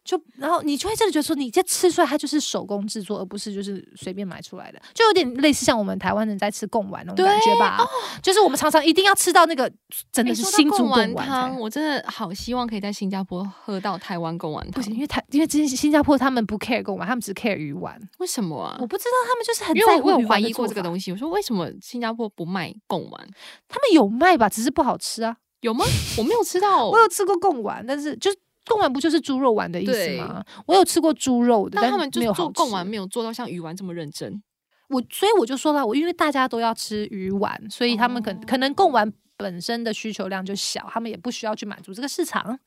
[SPEAKER 2] 就然后你就会真的觉得说，你这吃出来它就是手工制作，而不是就是随便买出来的，就有点类似像我们台湾人在吃贡丸那种感觉吧，就是我们常常一定要吃到那个真
[SPEAKER 3] 诶
[SPEAKER 2] 的是
[SPEAKER 3] 哦哎说到
[SPEAKER 2] 新竹
[SPEAKER 3] 贡
[SPEAKER 2] 贡
[SPEAKER 3] 丸
[SPEAKER 2] 丸
[SPEAKER 3] 汤，
[SPEAKER 2] 才。
[SPEAKER 3] 我真的好希望可以在新加坡喝到台湾贡丸
[SPEAKER 2] 不
[SPEAKER 3] 汤。
[SPEAKER 2] 行，因为台因为新新加坡他们不 care 贡丸，他们只 care 鱼丸。
[SPEAKER 3] 为什么啊
[SPEAKER 2] 我？不知道他们就是很
[SPEAKER 3] 因
[SPEAKER 2] 在
[SPEAKER 3] 为
[SPEAKER 2] 乎
[SPEAKER 3] 我
[SPEAKER 2] 鱼
[SPEAKER 3] 有怀
[SPEAKER 2] 丸的
[SPEAKER 3] 疑过这个
[SPEAKER 2] 做法
[SPEAKER 3] 东西，我说为什么新加坡不卖贡丸？
[SPEAKER 2] 他们有卖吧，只是不好吃啊。
[SPEAKER 3] 有吗？我没有吃到，
[SPEAKER 2] 我有吃过贡丸，但是就是贡丸不就是猪肉丸的意思
[SPEAKER 3] 对
[SPEAKER 2] 吗？我有吃过猪肉的，
[SPEAKER 3] 但
[SPEAKER 2] 但
[SPEAKER 3] 他们就
[SPEAKER 2] 没
[SPEAKER 3] 是
[SPEAKER 2] 有
[SPEAKER 3] 做
[SPEAKER 2] 好
[SPEAKER 3] 贡丸
[SPEAKER 2] 吃
[SPEAKER 3] 没有做到像鱼丸这么认真。
[SPEAKER 2] 我所以我就说了，我因为大家都要吃鱼丸，所以他们可、可能贡丸本身的需求量就小，他们也不需要去满足这个市场。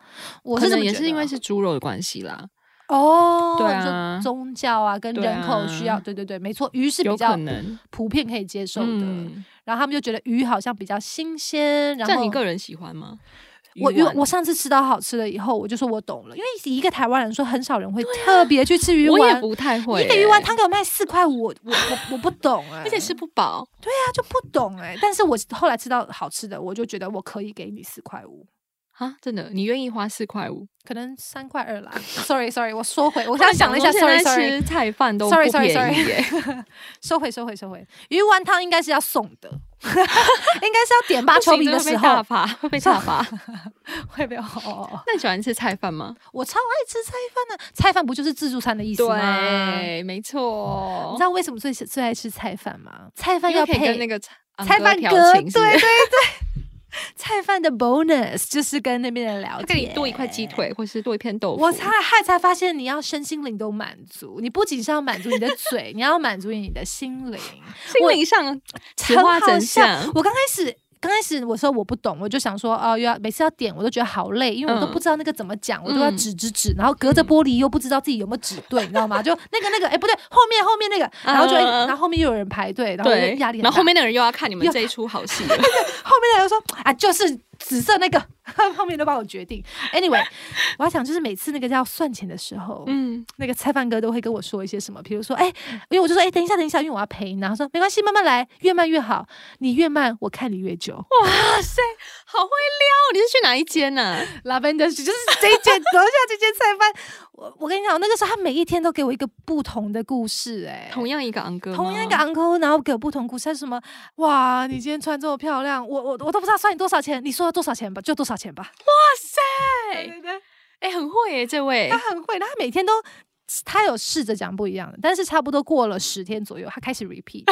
[SPEAKER 2] 我
[SPEAKER 3] 可
[SPEAKER 2] 是这
[SPEAKER 3] 能
[SPEAKER 2] 么
[SPEAKER 3] 也
[SPEAKER 2] 觉
[SPEAKER 3] 是
[SPEAKER 2] 得
[SPEAKER 3] 因为
[SPEAKER 2] 啦
[SPEAKER 3] 是猪肉的关系啦，
[SPEAKER 2] 哦，
[SPEAKER 3] 对
[SPEAKER 2] 你说
[SPEAKER 3] 啊
[SPEAKER 2] 宗教啊跟
[SPEAKER 3] 对
[SPEAKER 2] 人口需要，
[SPEAKER 3] 啊
[SPEAKER 2] 对对对，没错，鱼是比
[SPEAKER 3] 有可
[SPEAKER 2] 较
[SPEAKER 3] 能。
[SPEAKER 2] 普遍可以接受的，
[SPEAKER 3] 嗯，
[SPEAKER 2] 然后他们就觉得鱼好像比较新鲜，然
[SPEAKER 3] 这样
[SPEAKER 2] 后
[SPEAKER 3] 你个人喜欢吗？
[SPEAKER 2] 我
[SPEAKER 3] 鱼
[SPEAKER 2] 鱼
[SPEAKER 3] 丸
[SPEAKER 2] 我上次吃到好吃的以后，我就说我懂了，因为以一个台湾人说，很少人会特别去吃鱼
[SPEAKER 3] 啊我也
[SPEAKER 2] 丸。
[SPEAKER 3] 不太会、欸
[SPEAKER 2] 一个鱼丸，汤给我卖四块五，我我我我不懂
[SPEAKER 3] [LAUGHS]
[SPEAKER 2] 哎、
[SPEAKER 3] 而且吃不饱，
[SPEAKER 2] 他就不懂哎、但是我后来吃到好吃的，我就觉得我可以给你四块五，
[SPEAKER 3] 啊，真的，你愿意花四块五？
[SPEAKER 2] 可能三块 [LAUGHS] 二啦。Sorry Sorry，我收回，我
[SPEAKER 3] 我
[SPEAKER 2] 刚想了一下，Sorry
[SPEAKER 3] 现在
[SPEAKER 2] Sorry，
[SPEAKER 3] 吃菜饭都不
[SPEAKER 2] Sorry,
[SPEAKER 3] 便
[SPEAKER 2] sorry,
[SPEAKER 3] 宜
[SPEAKER 2] sorry [LAUGHS]
[SPEAKER 3] 耶。
[SPEAKER 2] 收回收回收回。鱼丸汤应该是要送的， [LAUGHS] 应该是要点八球
[SPEAKER 3] 不
[SPEAKER 2] 饼
[SPEAKER 3] 行
[SPEAKER 2] 的
[SPEAKER 3] 这会
[SPEAKER 2] 时
[SPEAKER 3] 被大
[SPEAKER 2] 候
[SPEAKER 3] [LAUGHS] 罚会被大罚。
[SPEAKER 2] 会被哦哦哦，
[SPEAKER 3] 那你喜欢吃菜饭吗？
[SPEAKER 2] 我超爱吃菜饭的，啊菜饭不就是自助餐的意思吗？
[SPEAKER 3] 对，没
[SPEAKER 2] 你
[SPEAKER 3] 错
[SPEAKER 2] 知。道为什么最喜最爱吃菜饭吗？菜饭
[SPEAKER 3] 哦因为
[SPEAKER 2] 要
[SPEAKER 3] 可以
[SPEAKER 2] 配
[SPEAKER 3] 跟那个菜嗯
[SPEAKER 2] 菜饭
[SPEAKER 3] 调
[SPEAKER 2] 哥，对
[SPEAKER 3] 情，是不是
[SPEAKER 2] 对对， [LAUGHS] 菜饭的 bonus 就是跟那边人聊
[SPEAKER 3] 他
[SPEAKER 2] 天，
[SPEAKER 3] 给你剁一块鸡。腿，或是剁一片豆腐。
[SPEAKER 2] 我才还才发现，你要身心灵都满足，你不仅是要满足你的嘴， [LAUGHS] 你要满足你的心灵。
[SPEAKER 3] 心
[SPEAKER 2] 我
[SPEAKER 3] 灵上此
[SPEAKER 2] 很
[SPEAKER 3] 话
[SPEAKER 2] 好
[SPEAKER 3] 怎
[SPEAKER 2] 笑
[SPEAKER 3] 向？
[SPEAKER 2] 我刚开始。刚开始我说我不懂，我就想说哦，又要每次要点我都觉得好累，因为我都
[SPEAKER 3] 嗯
[SPEAKER 2] 不知道那个怎么讲，我都要
[SPEAKER 3] 嗯
[SPEAKER 2] 指指指，然后隔着玻璃又不知道自己有没有指对，你知道吗？ [LAUGHS] 就那个那个，哎、不对，后面后面那个，然后就、
[SPEAKER 3] 嗯嗯嗯
[SPEAKER 2] 然后后面又有人排队，然后我就
[SPEAKER 3] 对，
[SPEAKER 2] 压力很
[SPEAKER 3] 然后
[SPEAKER 2] 大
[SPEAKER 3] 后面那个人又要看你们
[SPEAKER 2] 又
[SPEAKER 3] 这一出好戏了。
[SPEAKER 2] 后面的人说啊，就是紫色那个， [LAUGHS] 后面都帮我决定。Anyway，我要讲就是每次那个要算钱的时候，
[SPEAKER 3] [LAUGHS] 嗯，
[SPEAKER 2] 那个菜贩哥都会跟我说一些什么，比如说哎、因为我就说哎、等一下等一下，因为我要陪你，然后说没关系，慢慢来，越慢越好，你越慢，我看你越久。
[SPEAKER 3] 哇塞，好会撩！你是去哪一间啊呢、
[SPEAKER 2] Lavender 就是这一间
[SPEAKER 3] [LAUGHS]
[SPEAKER 2] 楼下这间菜贩，我我跟你讲，那个时候他每一天都给我一个不同的故事、哎，
[SPEAKER 3] 同样一个昂哥，
[SPEAKER 2] 同样一个 uncle，然后给我不同故事，他是什么哇，你今天穿这么漂亮，我我我都不知道算你多少钱，你说多少钱吧，就多少钱吧。
[SPEAKER 3] 对哎、很会耶，这位
[SPEAKER 2] 他很会，他每天都。他有试着讲不一样的，但是差不多过了十天左右，他开始
[SPEAKER 3] [LAUGHS]
[SPEAKER 2] repeat。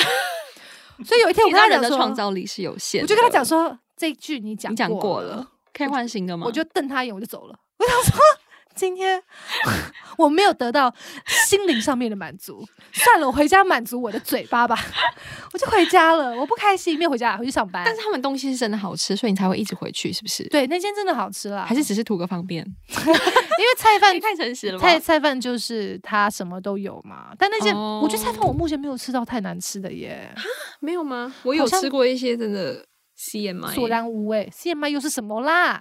[SPEAKER 2] 所以有一天我
[SPEAKER 3] 你知道
[SPEAKER 2] 跟他
[SPEAKER 3] 人
[SPEAKER 2] 讲
[SPEAKER 3] 的
[SPEAKER 2] 说，
[SPEAKER 3] 创造力是有限的。
[SPEAKER 2] 我就跟他讲说这一句你讲
[SPEAKER 3] 你讲过
[SPEAKER 2] 了，
[SPEAKER 3] 了可以换新的吗？
[SPEAKER 2] 我就瞪他一眼，我就走了。 [LAUGHS] 我想说，今
[SPEAKER 3] [LAUGHS]
[SPEAKER 2] 天我没有得到心灵上面的满足，算了，我回家满足我的嘴巴吧。 [LAUGHS] 我就回家了，我不开心，没有回家，回去上班
[SPEAKER 3] 但。是他们东西是真的好吃，所以你才会一直回去，是不是？，
[SPEAKER 2] 对，那间真的好吃啦，
[SPEAKER 3] 还是只是图个方便？
[SPEAKER 2] 因为菜
[SPEAKER 3] [LAUGHS]
[SPEAKER 2] 饭
[SPEAKER 3] 你啊太诚实了吧？
[SPEAKER 2] 菜菜饭就是它什么都有嘛，但那件、我觉得菜饭
[SPEAKER 3] 哦啊
[SPEAKER 2] 我目前没有吃到太难吃的耶，
[SPEAKER 3] 没有吗？我
[SPEAKER 2] 好
[SPEAKER 3] 有
[SPEAKER 2] 像
[SPEAKER 3] 吃过一些真的 CMI，
[SPEAKER 2] 索然无味。CMI 又是什么啦？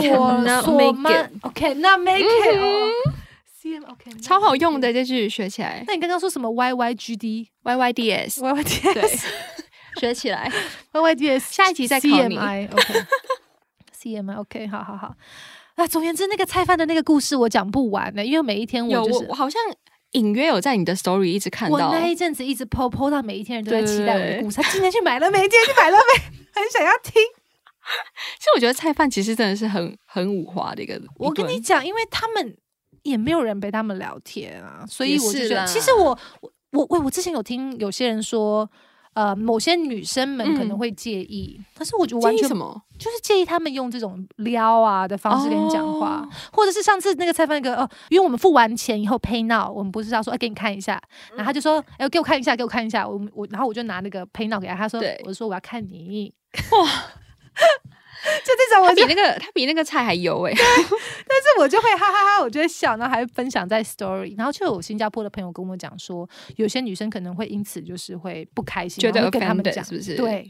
[SPEAKER 3] [LAUGHS] Cannot
[SPEAKER 2] 索
[SPEAKER 3] make
[SPEAKER 2] 曼
[SPEAKER 3] it 嗯
[SPEAKER 2] ，OK，那 make it 哦，CM OK，
[SPEAKER 3] 超好用的，。这句学起来
[SPEAKER 2] 那你刚刚说什么 YYGD、
[SPEAKER 3] ，YYDS，对
[SPEAKER 2] YYDS、，
[SPEAKER 3] [LAUGHS] 学起来。
[SPEAKER 2] YYDS？
[SPEAKER 3] 下一集再考你
[SPEAKER 2] CMI OK 。CMI OK，好好好。啊，总而言之，那个菜饭的那个故事我讲不完呢、因为每一
[SPEAKER 3] [LAUGHS]
[SPEAKER 2] 天
[SPEAKER 3] 有
[SPEAKER 2] 我就
[SPEAKER 3] 我
[SPEAKER 2] 是
[SPEAKER 3] 我好像隐约有在你的 story 一直看
[SPEAKER 2] 我
[SPEAKER 3] 到，
[SPEAKER 2] 那一阵子一直 PO PO 到每一天人都在
[SPEAKER 3] 对
[SPEAKER 2] 期待我
[SPEAKER 3] 对
[SPEAKER 2] 的故事，他今天去买了没？今天去买了没？ [LAUGHS] 很想要听。
[SPEAKER 3] 其实我觉得菜饭其实真的是很很五花的一个。
[SPEAKER 2] 我跟
[SPEAKER 3] 一
[SPEAKER 2] 你
[SPEAKER 3] 顿
[SPEAKER 2] 讲，因为他们也没有人陪他们聊天啊，所以
[SPEAKER 3] 也
[SPEAKER 2] 我就是觉得，
[SPEAKER 3] 啦
[SPEAKER 2] 其实我我我我我之前有听有些人说。呃，某些女生们可
[SPEAKER 3] 嗯
[SPEAKER 2] 能会介意，但是我觉得完
[SPEAKER 3] 建议
[SPEAKER 2] 全
[SPEAKER 3] 什么
[SPEAKER 2] 就是介意他们用这种撩啊的方式跟你讲话，
[SPEAKER 3] 哦
[SPEAKER 2] 或者是上次那个菜贩哥哦，因为我们付完钱以后 pay now，我们不是要说哎、给你看一下，
[SPEAKER 3] 嗯
[SPEAKER 2] 然后他就说哎、给我看一下，给我看一下，我我然后我就拿那个 pay now 给他，他说
[SPEAKER 3] 对
[SPEAKER 2] 我就说我要看
[SPEAKER 3] [LAUGHS]
[SPEAKER 2] 你，哇，就这种我
[SPEAKER 3] 他
[SPEAKER 2] 就
[SPEAKER 3] 比那个他比那个菜还油哎、
[SPEAKER 2] 但是我就会哈哈哈我就会笑，然后还会分享在 story，然后就有新加坡的朋友跟我讲说，有些女生可能会因此就是会不开心，
[SPEAKER 3] [LAUGHS] 觉
[SPEAKER 2] 然
[SPEAKER 3] 得
[SPEAKER 2] 后会跟他们
[SPEAKER 3] offended
[SPEAKER 2] 讲，
[SPEAKER 3] 是不是？，
[SPEAKER 2] 对，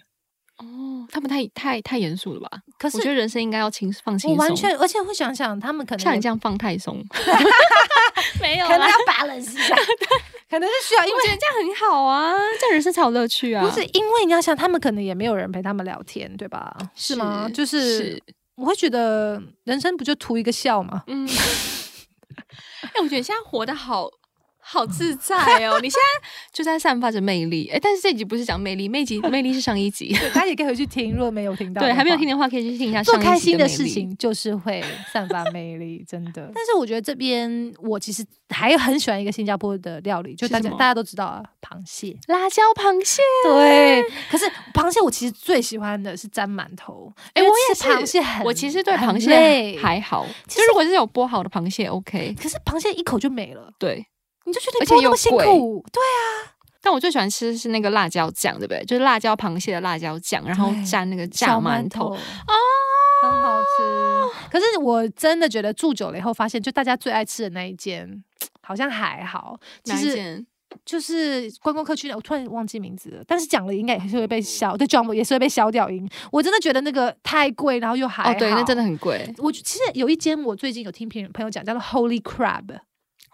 [SPEAKER 3] 哦，他们太太太严肃了吧？
[SPEAKER 2] 可
[SPEAKER 3] 我觉
[SPEAKER 2] 是
[SPEAKER 3] 得人生应该要轻放轻
[SPEAKER 2] 我
[SPEAKER 3] 松，
[SPEAKER 2] 完全，而且会想想他们可能
[SPEAKER 3] 像
[SPEAKER 2] 也
[SPEAKER 3] 你这样放太
[SPEAKER 2] [LAUGHS]
[SPEAKER 3] 松，没有
[SPEAKER 2] 可能
[SPEAKER 3] 啦
[SPEAKER 2] 要。balance 一 [LAUGHS] 下，可能是需要，因
[SPEAKER 3] 因
[SPEAKER 2] 为
[SPEAKER 3] 为觉得这样很好啊，这样人生才有乐趣啊。
[SPEAKER 2] 不是因为你要想，他们可能也没有人陪他们聊天，对吧？是吗？就是我会觉得人生不就图一个笑吗？
[SPEAKER 3] 嗯，哎、我觉得你现在活得好好自在 [LAUGHS] 哦，你现在就在散发着魅力。哎、但是这集不是讲魅力，魅集魅力是上一集，
[SPEAKER 2] [LAUGHS]
[SPEAKER 3] [LAUGHS]
[SPEAKER 2] 大家也可以回去听，如果没有听到，
[SPEAKER 3] 对，还没有听。的话可以去听一下上
[SPEAKER 2] 做
[SPEAKER 3] 一集
[SPEAKER 2] 开心
[SPEAKER 3] 的
[SPEAKER 2] 的
[SPEAKER 3] 魅
[SPEAKER 2] 事
[SPEAKER 3] 力。
[SPEAKER 2] 情就是会散发魅力，真的。但是我觉得这边我其实还很喜欢一个新加坡的料理，就是大家
[SPEAKER 3] 什么
[SPEAKER 2] 大家都知道啊，螃蟹。
[SPEAKER 3] 辣椒螃蟹，
[SPEAKER 2] 对，可是螃蟹我其实最喜欢的是沾馒头，
[SPEAKER 3] 哎、
[SPEAKER 2] 因
[SPEAKER 3] 我
[SPEAKER 2] 为
[SPEAKER 3] 也
[SPEAKER 2] 吃
[SPEAKER 3] 是
[SPEAKER 2] 螃蟹很，
[SPEAKER 3] 我其实对
[SPEAKER 2] 很
[SPEAKER 3] 螃蟹
[SPEAKER 2] 累
[SPEAKER 3] 还好，
[SPEAKER 2] 其
[SPEAKER 3] 就
[SPEAKER 2] 实
[SPEAKER 3] 如果是有剥好的螃蟹，OK。
[SPEAKER 2] 可是螃蟹一口就没了。
[SPEAKER 3] 对，
[SPEAKER 2] 你就觉得
[SPEAKER 3] 而
[SPEAKER 2] 你
[SPEAKER 3] 且
[SPEAKER 2] 剥那
[SPEAKER 3] 又
[SPEAKER 2] 么辛
[SPEAKER 3] 贵
[SPEAKER 2] 苦，对，啊
[SPEAKER 3] 但我最喜欢吃的是那个辣椒酱，对不对？就是辣椒螃蟹的辣椒酱，然后
[SPEAKER 2] 对
[SPEAKER 3] 蘸那个炸馒头。
[SPEAKER 2] 啊，很好吃。可是我真的觉得住久了以后，发现就大家最爱吃的那一间，好像还好。其
[SPEAKER 3] 哪一
[SPEAKER 2] 实
[SPEAKER 3] 件？
[SPEAKER 2] 就是观光客去的，我突然忘记名字了，但是讲了应该也是会被消，对，转播也是会被消掉音。我真的觉得那个太贵，然后又还
[SPEAKER 3] 哦，对，那真的
[SPEAKER 2] 的。
[SPEAKER 3] 很贵。
[SPEAKER 2] 我其实有一间我最近有听朋友朋友讲，叫做 Holy Crab，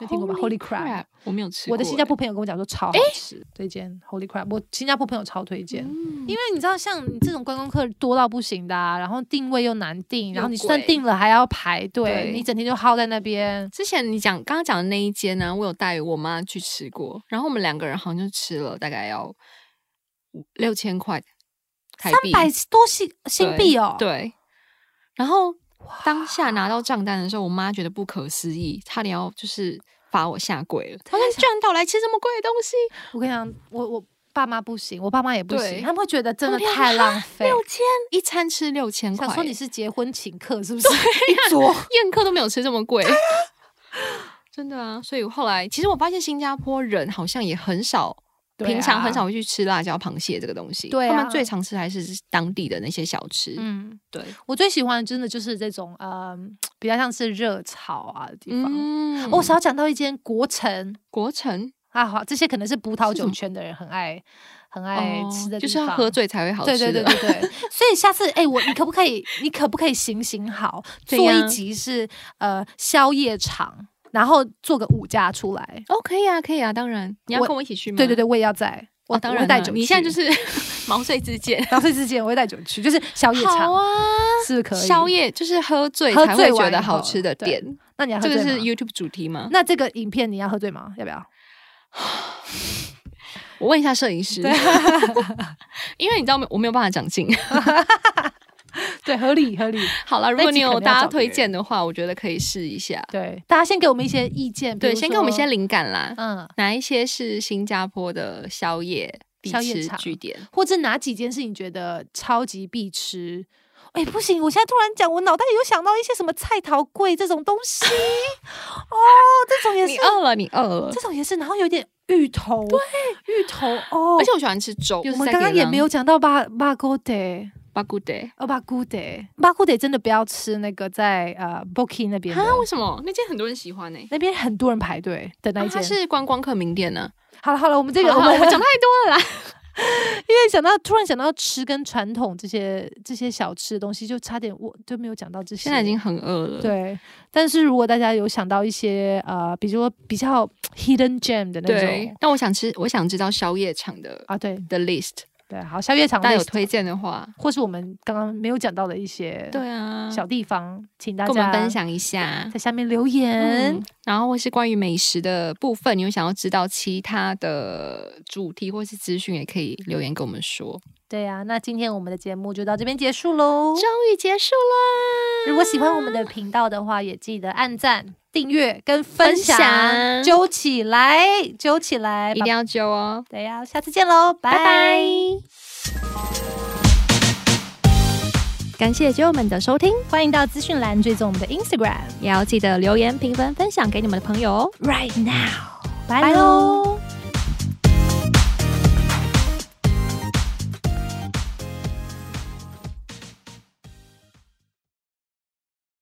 [SPEAKER 2] 有听过吧 Holy crap，
[SPEAKER 3] 我没有吃过欸。
[SPEAKER 2] 我的新加坡朋友跟我讲说超好吃，这间 Holy Crab，我新加坡朋友超推荐。
[SPEAKER 3] 嗯，
[SPEAKER 2] 因为你知道，像你这种观光客多到不行的、啊，然后定位又难定，
[SPEAKER 3] 又
[SPEAKER 2] 然后你就
[SPEAKER 3] 贵
[SPEAKER 2] 算定了还要排队，
[SPEAKER 3] 对
[SPEAKER 2] 你整天就耗在那边。
[SPEAKER 3] 之前你讲刚刚讲的那一间呢，我有带我妈去吃过，然后我们两个人好像就吃了大概要五六千块台
[SPEAKER 2] 三
[SPEAKER 3] 币，
[SPEAKER 2] 百多新新币哦，
[SPEAKER 3] 对。然后当下拿到账单的时候，我妈觉得不可思议，差点要就是罚我下跪了。她说：“你居然带我来吃这么贵的东西，
[SPEAKER 2] 我跟你讲，我我爸妈不行，我爸妈也不
[SPEAKER 3] 对
[SPEAKER 2] 行，他们会觉得真的
[SPEAKER 3] 他们
[SPEAKER 2] 太浪费。
[SPEAKER 3] 六千一餐吃六千块欸， [LAUGHS]
[SPEAKER 2] 想说你是结婚请客是不是？一桌
[SPEAKER 3] 宴客都没有吃这么贵。真的啊，所以后来其实我发现新加坡人好像也很少，
[SPEAKER 2] 对啊
[SPEAKER 3] 平常很少会去吃辣椒螃蟹这个东西。
[SPEAKER 2] 对啊
[SPEAKER 3] 他们最常吃还是当地的那些小吃。
[SPEAKER 2] 嗯，
[SPEAKER 3] 对，
[SPEAKER 2] 我最喜欢的真的就是这种呃，比较像是热炒啊的地方。
[SPEAKER 3] 嗯
[SPEAKER 2] 哦我、少讲到一间国城
[SPEAKER 3] 国城
[SPEAKER 2] 啊，好，这些可能是葡萄
[SPEAKER 3] 是什
[SPEAKER 2] 酒
[SPEAKER 3] 么
[SPEAKER 2] 圈的人很爱很爱吃的地方、
[SPEAKER 3] 哦就是要喝醉才会好吃
[SPEAKER 2] 对
[SPEAKER 3] 的。
[SPEAKER 2] 对对对对，所以下次哎、我你可不可以，你可不可以行行好，
[SPEAKER 3] 怎
[SPEAKER 2] 做一
[SPEAKER 3] 样
[SPEAKER 2] 集是呃宵夜场，然后做个五家出来。
[SPEAKER 3] 哦，可以啊，可以啊，当然你要
[SPEAKER 2] 我
[SPEAKER 3] 跟我一起去吗？
[SPEAKER 2] 对对
[SPEAKER 3] 对，
[SPEAKER 2] 对，我也要在，我、
[SPEAKER 3] 我当
[SPEAKER 2] 我会
[SPEAKER 3] 然
[SPEAKER 2] 带
[SPEAKER 3] 啊
[SPEAKER 2] 酒去。
[SPEAKER 3] 你现在就是 [LAUGHS] 毛遂自荐。
[SPEAKER 2] 然后睡之前我会带酒去，就是宵夜场，
[SPEAKER 3] 好啊，
[SPEAKER 2] 是不是可以？
[SPEAKER 3] 宵，夜就是喝醉
[SPEAKER 2] 喝
[SPEAKER 3] 才
[SPEAKER 2] 醉
[SPEAKER 3] 会觉
[SPEAKER 2] 完
[SPEAKER 3] 得
[SPEAKER 2] 以后
[SPEAKER 3] 好吃的
[SPEAKER 2] 啊对
[SPEAKER 3] 店，
[SPEAKER 2] 那你要
[SPEAKER 3] 这
[SPEAKER 2] 喝醉
[SPEAKER 3] 个
[SPEAKER 2] 吗？
[SPEAKER 3] 是 YouTube 主题吗？
[SPEAKER 2] 那这个影片你要喝醉吗？要不要？
[SPEAKER 3] 我问一下摄影师，
[SPEAKER 2] 对
[SPEAKER 3] [LAUGHS] 因为你知道没我没有办法长进。
[SPEAKER 2] 对，合理合理。
[SPEAKER 3] 好了，如果你
[SPEAKER 2] 那
[SPEAKER 3] 有
[SPEAKER 2] 集可能要
[SPEAKER 3] 大
[SPEAKER 2] 找
[SPEAKER 3] 家
[SPEAKER 2] 别人
[SPEAKER 3] 推荐的话，我觉得可以试一下。
[SPEAKER 2] 对，大家先给我们一些意见，比
[SPEAKER 3] 对，
[SPEAKER 2] 如
[SPEAKER 3] 先给我们一
[SPEAKER 2] 说
[SPEAKER 3] 些灵感啦，
[SPEAKER 2] 嗯，
[SPEAKER 3] 哪一些是新加坡的宵夜必
[SPEAKER 2] 宵夜
[SPEAKER 3] 吃
[SPEAKER 2] 场
[SPEAKER 3] 据点？
[SPEAKER 2] 或者哪几件是你觉得超级必吃？哎、不行！我现在突然讲，我脑袋有想到一些什么菜桃贵这种东西哦，这种也
[SPEAKER 3] 你
[SPEAKER 2] 是，
[SPEAKER 3] 饿了，你饿了
[SPEAKER 2] 这。种也是，然后有点芋头，对，芋头哦。
[SPEAKER 3] 而且我喜欢吃粥，
[SPEAKER 2] 我们刚刚也没有讲到巴巴古德，
[SPEAKER 3] 巴古德啊？
[SPEAKER 2] 哦，巴古德，巴古德真的不要吃那个在呃 Boki 那边的，
[SPEAKER 3] 为什么那间很多人喜欢呢、
[SPEAKER 2] 那边很多人排队的那
[SPEAKER 3] 啊
[SPEAKER 2] 一
[SPEAKER 3] 它
[SPEAKER 2] 间。
[SPEAKER 3] 是观光客名店呢、
[SPEAKER 2] 好了好了，我们这个
[SPEAKER 3] 好啦
[SPEAKER 2] 我
[SPEAKER 3] 我
[SPEAKER 2] 们
[SPEAKER 3] 们讲太多了
[SPEAKER 2] [LAUGHS]
[SPEAKER 3] 啦。
[SPEAKER 2] 因为想到突然想到吃跟传统这些这些小吃的东西，就差点我就没有讲到这些。
[SPEAKER 3] 现在已经很饿 [LAUGHS] 了。，
[SPEAKER 2] 对，但是如果大家有想到一些呃，比如说比较 hidden gem 的那
[SPEAKER 3] 对
[SPEAKER 2] 种。
[SPEAKER 3] 但我想吃，我想知道宵夜场的
[SPEAKER 2] 啊，对
[SPEAKER 3] 的 list，
[SPEAKER 2] 对，好，宵夜场
[SPEAKER 3] 大家有
[SPEAKER 2] list，
[SPEAKER 3] 推荐的话，
[SPEAKER 2] 或是我们刚刚没有讲到的一些
[SPEAKER 3] 对啊，
[SPEAKER 2] 小地方，请大
[SPEAKER 3] 跟
[SPEAKER 2] 家
[SPEAKER 3] 我们分，享一下。
[SPEAKER 2] 在下面留言。
[SPEAKER 3] 嗯，然后或是关于美食的部分，你有想要知道其他的主题或是资讯，也可以留言跟我们说。
[SPEAKER 2] 对呀、啊，那今天我们的节目就到这边结束喽。
[SPEAKER 3] 终于结束啦！
[SPEAKER 2] 如果喜欢我们的频道的话，也记得按赞、订阅跟分
[SPEAKER 3] 分
[SPEAKER 2] 享，
[SPEAKER 3] 享
[SPEAKER 2] 揪起来，揪起来，
[SPEAKER 3] 一定要揪哦，
[SPEAKER 2] 对呀、下次见喽，拜
[SPEAKER 3] 拜拜！感谢酒友们的收听，
[SPEAKER 2] 欢迎到资讯栏追踪我们的 Instagram
[SPEAKER 3] 也要记得留言、评分、分享给你们的朋友哦。
[SPEAKER 2] right now，拜
[SPEAKER 3] 拜
[SPEAKER 2] 喽。
[SPEAKER 3] 喽！